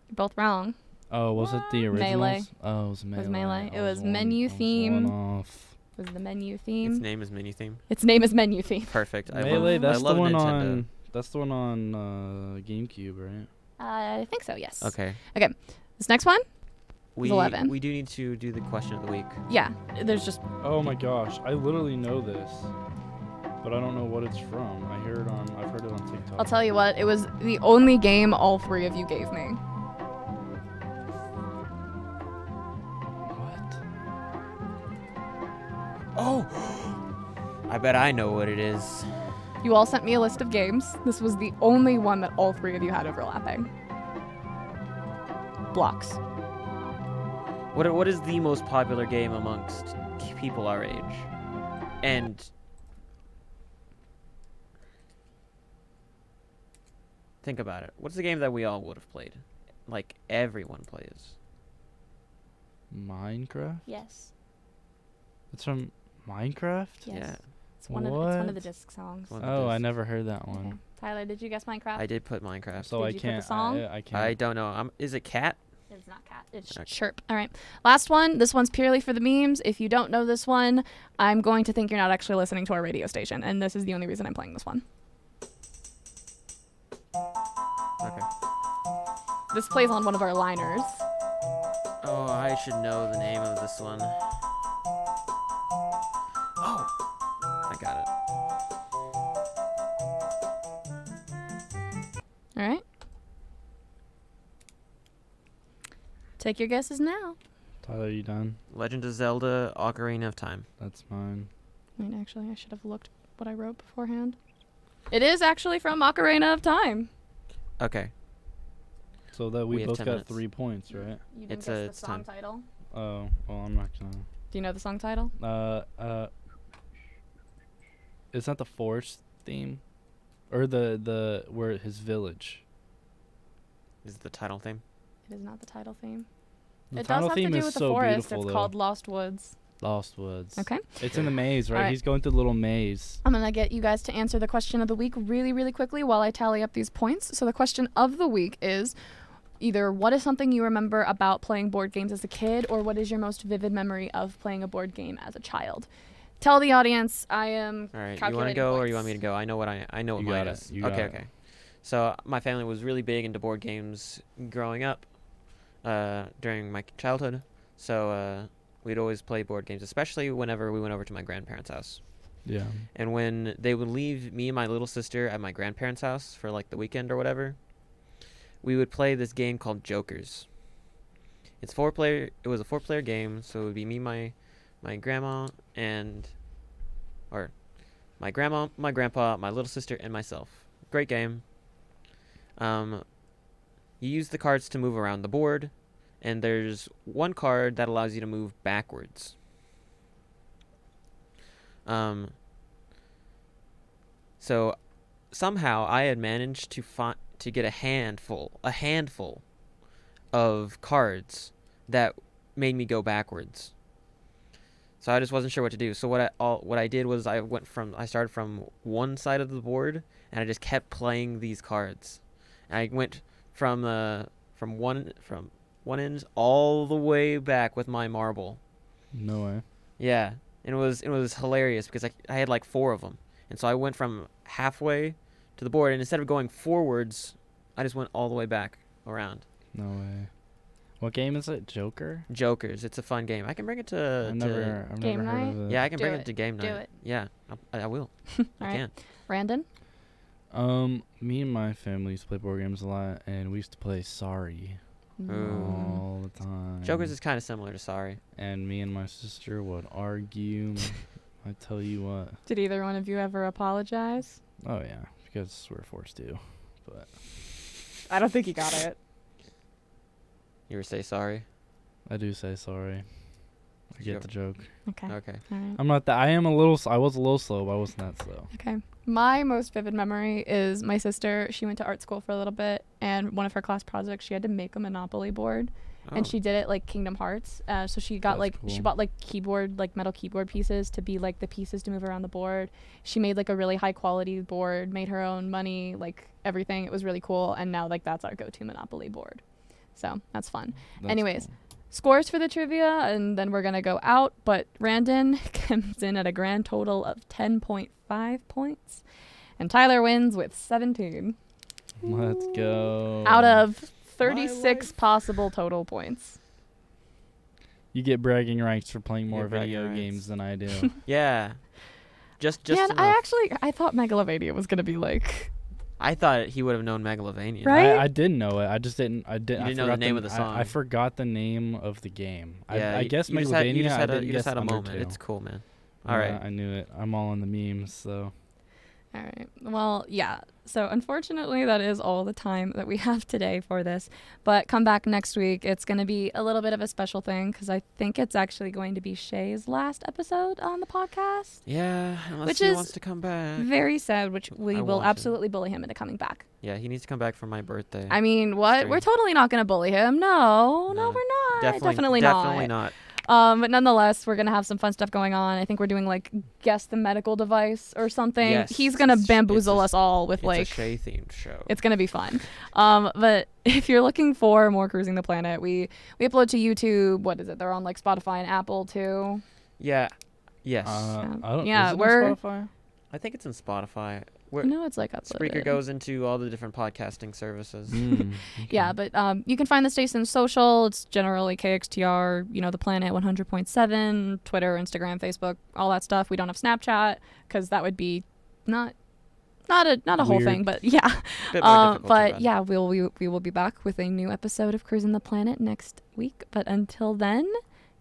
Speaker 1: You're both wrong.
Speaker 2: Oh, was it the
Speaker 1: Melee.
Speaker 2: original? Oh, it was melee.
Speaker 1: Melee.
Speaker 2: I
Speaker 1: It was
Speaker 2: one-
Speaker 1: menu
Speaker 2: I was one
Speaker 1: theme.
Speaker 2: off.
Speaker 1: Was the menu
Speaker 3: Its
Speaker 1: theme?
Speaker 3: name is Mini Theme.
Speaker 1: Its name is menu theme.
Speaker 3: Perfect. I
Speaker 2: melee.
Speaker 3: love,
Speaker 2: that's
Speaker 3: I love
Speaker 2: the one
Speaker 3: Nintendo.
Speaker 2: on. That's the one on uh, GameCube, right?
Speaker 1: Uh, I think so. Yes.
Speaker 3: Okay.
Speaker 1: This next one?
Speaker 3: We
Speaker 1: 11.
Speaker 3: we do need to do the question of the week.
Speaker 1: Yeah. There's just
Speaker 2: Oh my gosh, I literally know this, but I don't know what it's from. I hear it on. I've heard it on TikTok.
Speaker 1: I'll tell you what, it was the only game all three of you gave me.
Speaker 2: What?
Speaker 3: Oh. I bet I know what it is.
Speaker 1: You all sent me a list of games. This was the only one that all three of you had overlapping. Blocks.
Speaker 3: What are- what is the most popular game amongst people our age? And think about it. What's the game that we all would have played? Like everyone plays.
Speaker 2: Minecraft?
Speaker 1: Yes.
Speaker 2: It's from Minecraft?
Speaker 1: Yes.
Speaker 3: Yeah.
Speaker 1: It's one of it's one of the
Speaker 2: What?
Speaker 1: disc songs.
Speaker 3: One of the
Speaker 2: Oh, I
Speaker 3: discs.
Speaker 2: never heard that
Speaker 1: Okay.
Speaker 2: one.
Speaker 1: Tyler, did you guess Minecraft?
Speaker 3: I did put Minecraft.
Speaker 2: So
Speaker 1: Did
Speaker 2: I
Speaker 1: you put the
Speaker 2: can't.
Speaker 1: song?
Speaker 2: I, I can't.
Speaker 3: I don't know. I'm, is it cat?
Speaker 1: It's not cat. It's
Speaker 3: Okay.
Speaker 1: chirp. All right. Last one. This one's purely for the memes. If you don't know this one, I'm going to think you're not actually listening to our radio station, and this is the only reason I'm playing this one.
Speaker 3: Okay.
Speaker 1: This plays on one of our liners.
Speaker 3: Oh, I should know the name of this one. Oh, I got it.
Speaker 1: All right. Take your guesses now.
Speaker 2: Tyler, you done?
Speaker 3: Legend of Zelda: Ocarina of Time.
Speaker 2: That's mine.
Speaker 1: I mean, actually, I should have looked what I wrote beforehand. It is actually from Ocarina of Time.
Speaker 3: Okay.
Speaker 2: So that
Speaker 3: We
Speaker 2: we,
Speaker 3: have
Speaker 2: both
Speaker 3: 10
Speaker 2: got
Speaker 3: minutes.
Speaker 2: three points, right?
Speaker 1: You
Speaker 3: didn't It's guess a- the it's song time.
Speaker 1: title.
Speaker 2: Oh, well, I'm not gonna.
Speaker 1: Do you know the song title?
Speaker 2: Uh, uh, it's not the forest theme, or the the where his village.
Speaker 3: Is the title theme?
Speaker 1: It is not the title theme.
Speaker 2: The
Speaker 1: it does
Speaker 2: title
Speaker 1: have to
Speaker 2: theme
Speaker 1: do
Speaker 2: is
Speaker 1: with the
Speaker 2: so
Speaker 1: forest.
Speaker 2: beautiful,
Speaker 1: It's
Speaker 2: though.
Speaker 1: called Lost Woods.
Speaker 2: Lost Woods.
Speaker 1: Okay.
Speaker 2: It's in the maze, right?
Speaker 1: Alright.
Speaker 2: He's going through the little maze.
Speaker 1: I'm going to get you guys to answer the question of the week really, really quickly while I tally up these points. So, the question of the week is either what is something you remember about playing board games as a kid, or what is your most vivid memory of playing a board game as a child? Tell the audience I am.
Speaker 3: All right, you want to go or you want me to go? I know what I I know what
Speaker 2: You
Speaker 3: mine
Speaker 2: got it,
Speaker 3: is.
Speaker 2: you got
Speaker 3: okay,
Speaker 2: it.
Speaker 3: okay. So my family was really big into board games growing up, uh, during my childhood. So uh, we'd always play board games, especially whenever we went over to my grandparents' house.
Speaker 2: Yeah.
Speaker 3: And when they would leave me and my little sister at my grandparents' house for like the weekend or whatever, we would play this game called Jokers. It's four player. It was a four player game, so it would be me, my, my grandma, and, or, my grandma, my grandpa, my little sister, and myself. Great game. Um, you use the cards to move around the board, and there's one card that allows you to move backwards. Um, so somehow I had managed to find to get a handful, a handful of cards that made me go backwards. So I just wasn't sure what to do. So what I all, what I did was I went from I started from one side of the board and I just kept playing these cards. And I went from uh, from one from one end all the way back with my marble.
Speaker 2: No way.
Speaker 3: Yeah, and it was it was hilarious because I, I had like four of them, and so I went from halfway to the board, and instead of going forwards, I just went all the way back around.
Speaker 2: No way. What game is it? Joker?
Speaker 3: Jokers, it's a fun game. I can bring it to.
Speaker 2: I've
Speaker 3: to-
Speaker 2: never, I've
Speaker 1: Game
Speaker 2: never heard
Speaker 1: night?
Speaker 2: of it.
Speaker 3: Uh, yeah, I can
Speaker 1: Do
Speaker 3: bring it.
Speaker 1: it.
Speaker 3: to game night.
Speaker 1: Do it.
Speaker 3: Yeah, I, I will. I
Speaker 1: All right.
Speaker 3: can.
Speaker 1: Brandon?
Speaker 2: Um, me and my family used to play board games a lot, and we used to play Sorry
Speaker 3: Ooh.
Speaker 2: all the time.
Speaker 3: Jokers is kind of similar to Sorry.
Speaker 2: And me and my sister would argue. I tell you what.
Speaker 1: Did either one of you ever apologize?
Speaker 2: Oh yeah, because we're forced to. But
Speaker 1: I don't think he got it.
Speaker 3: You were say Sorry.
Speaker 2: I do say sorry. I
Speaker 3: Sure.
Speaker 2: get the joke.
Speaker 1: Okay.
Speaker 3: Okay.
Speaker 1: All right.
Speaker 2: I'm not that. I am a little. s- I was a little slow, but I wasn't that slow.
Speaker 1: Okay. My most vivid memory is my sister. She went to art school for a little bit, and one of her class projects, she had to make a Monopoly board,
Speaker 3: Oh.
Speaker 1: and she did it like Kingdom Hearts. Uh, so she got
Speaker 2: That's
Speaker 1: like she
Speaker 2: cool.
Speaker 1: bought like keyboard, like metal keyboard pieces to be like the pieces to move around the board. She made like a really high quality board, made her own money, like everything. It was really cool, and now like that's our go-to Monopoly board. So that's fun.
Speaker 2: That's
Speaker 1: Anyways,
Speaker 2: cool.
Speaker 1: Scores for the trivia, and then we're gonna go out. But Randon comes in at a grand total of ten point five points, and Tyler wins with seventeen
Speaker 2: let's
Speaker 3: Oh.
Speaker 2: go.
Speaker 1: out of thirty-six possible total points.
Speaker 2: You get bragging rights for playing
Speaker 3: You
Speaker 2: more
Speaker 3: get bragging
Speaker 2: video
Speaker 3: rights.
Speaker 2: games than I do.
Speaker 3: Yeah. Just just.
Speaker 1: Yeah,
Speaker 3: enough.
Speaker 1: I
Speaker 3: I,
Speaker 1: actually I thought Megalovania was gonna be like
Speaker 3: thought he would have known Megalovania.
Speaker 1: Right?
Speaker 2: I, I did know it. I just didn't. I didn't.
Speaker 3: You
Speaker 2: I
Speaker 3: didn't know the
Speaker 2: forgot
Speaker 3: name of the
Speaker 2: I- I,
Speaker 3: song.
Speaker 2: forgot the name of the game.
Speaker 3: Yeah.
Speaker 2: I, I
Speaker 3: you-
Speaker 2: guess
Speaker 3: you
Speaker 2: Megalovania.
Speaker 3: just had, you just had
Speaker 2: I
Speaker 3: a,
Speaker 2: didn't
Speaker 3: you just
Speaker 2: guess
Speaker 3: had a
Speaker 2: Undertale.
Speaker 3: moment. It's cool, man. All
Speaker 2: Yeah,
Speaker 3: right.
Speaker 2: I knew it. I'm all in the memes, so
Speaker 1: All right. Well, yeah. So, unfortunately, that is all the time that we have today for this. But come back next week. It's going to be a little bit of a special thing because I think it's actually going to be Shay's last episode on the podcast.
Speaker 3: Yeah, unless
Speaker 1: Which
Speaker 3: he
Speaker 1: is
Speaker 3: wants to come back.
Speaker 1: Very sad, which we
Speaker 3: Mm. I
Speaker 1: will
Speaker 3: want him.
Speaker 1: absolutely bully him into coming back.
Speaker 3: Yeah, he needs to come back for my birthday.
Speaker 1: I mean, what? We're
Speaker 3: Straight.
Speaker 1: totally not going to bully him. No, no,
Speaker 3: No.
Speaker 1: we're not.
Speaker 3: definitely,
Speaker 1: not.
Speaker 3: Definitely not.
Speaker 1: Um, but nonetheless, we're gonna have some fun stuff going on. I think we're doing like guess the medical device or something.
Speaker 3: Yes,
Speaker 1: He's gonna
Speaker 3: it's- it's
Speaker 1: bamboozle
Speaker 3: a-
Speaker 1: us all with
Speaker 3: It's
Speaker 1: like
Speaker 3: a Shay themed show.
Speaker 1: It's gonna be fun. Um, but if you're looking for more cruising the planet, we we upload to YouTube. What is it? They're on like Spotify and Apple too.
Speaker 3: yeah, yes.
Speaker 2: uh, I don't.
Speaker 1: Yeah,
Speaker 2: is it on
Speaker 1: we're-
Speaker 2: Spotify?
Speaker 3: I think it's in Spotify.
Speaker 1: I
Speaker 3: Where
Speaker 1: know it's like uploaded.
Speaker 3: Spreaker goes into all the different podcasting services.
Speaker 2: Mm,
Speaker 1: Yeah,
Speaker 2: okay.
Speaker 1: but um, you can find the station social. It's generally KXTR, you know, the planet 100.7, Twitter, Instagram, Facebook, all that stuff. We don't have Snapchat because that would be not not a not a whole
Speaker 2: Weird.
Speaker 1: thing, but yeah.
Speaker 3: Bit more
Speaker 1: Um,
Speaker 3: difficult to
Speaker 1: but
Speaker 3: run.
Speaker 1: yeah, we'll we, we will be back with a new episode of Cruising the Planet next week. But until then,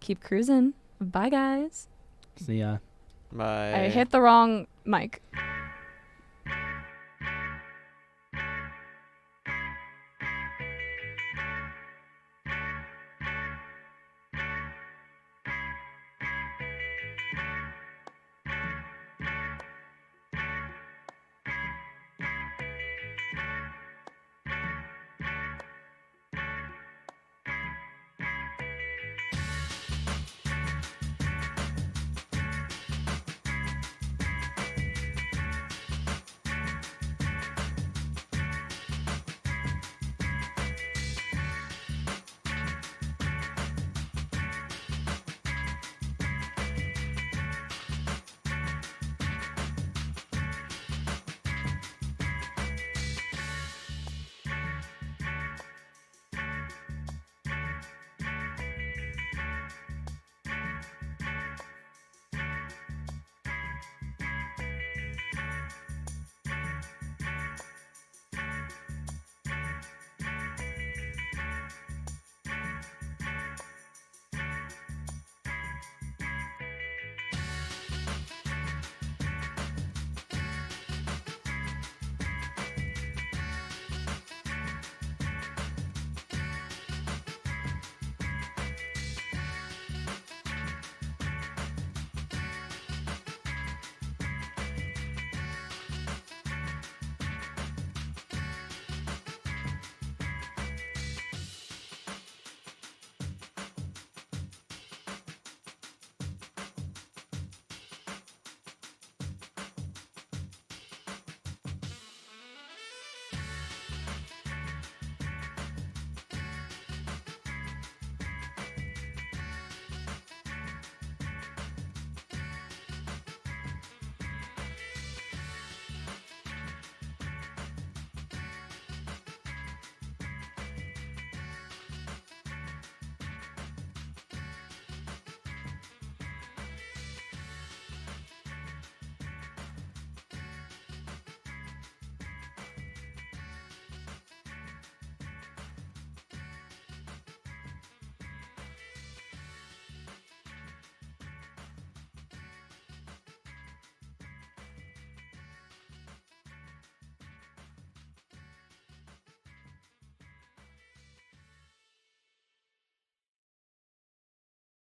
Speaker 1: keep cruising. Bye guys.
Speaker 2: See ya.
Speaker 3: My
Speaker 1: I hit the wrong mic.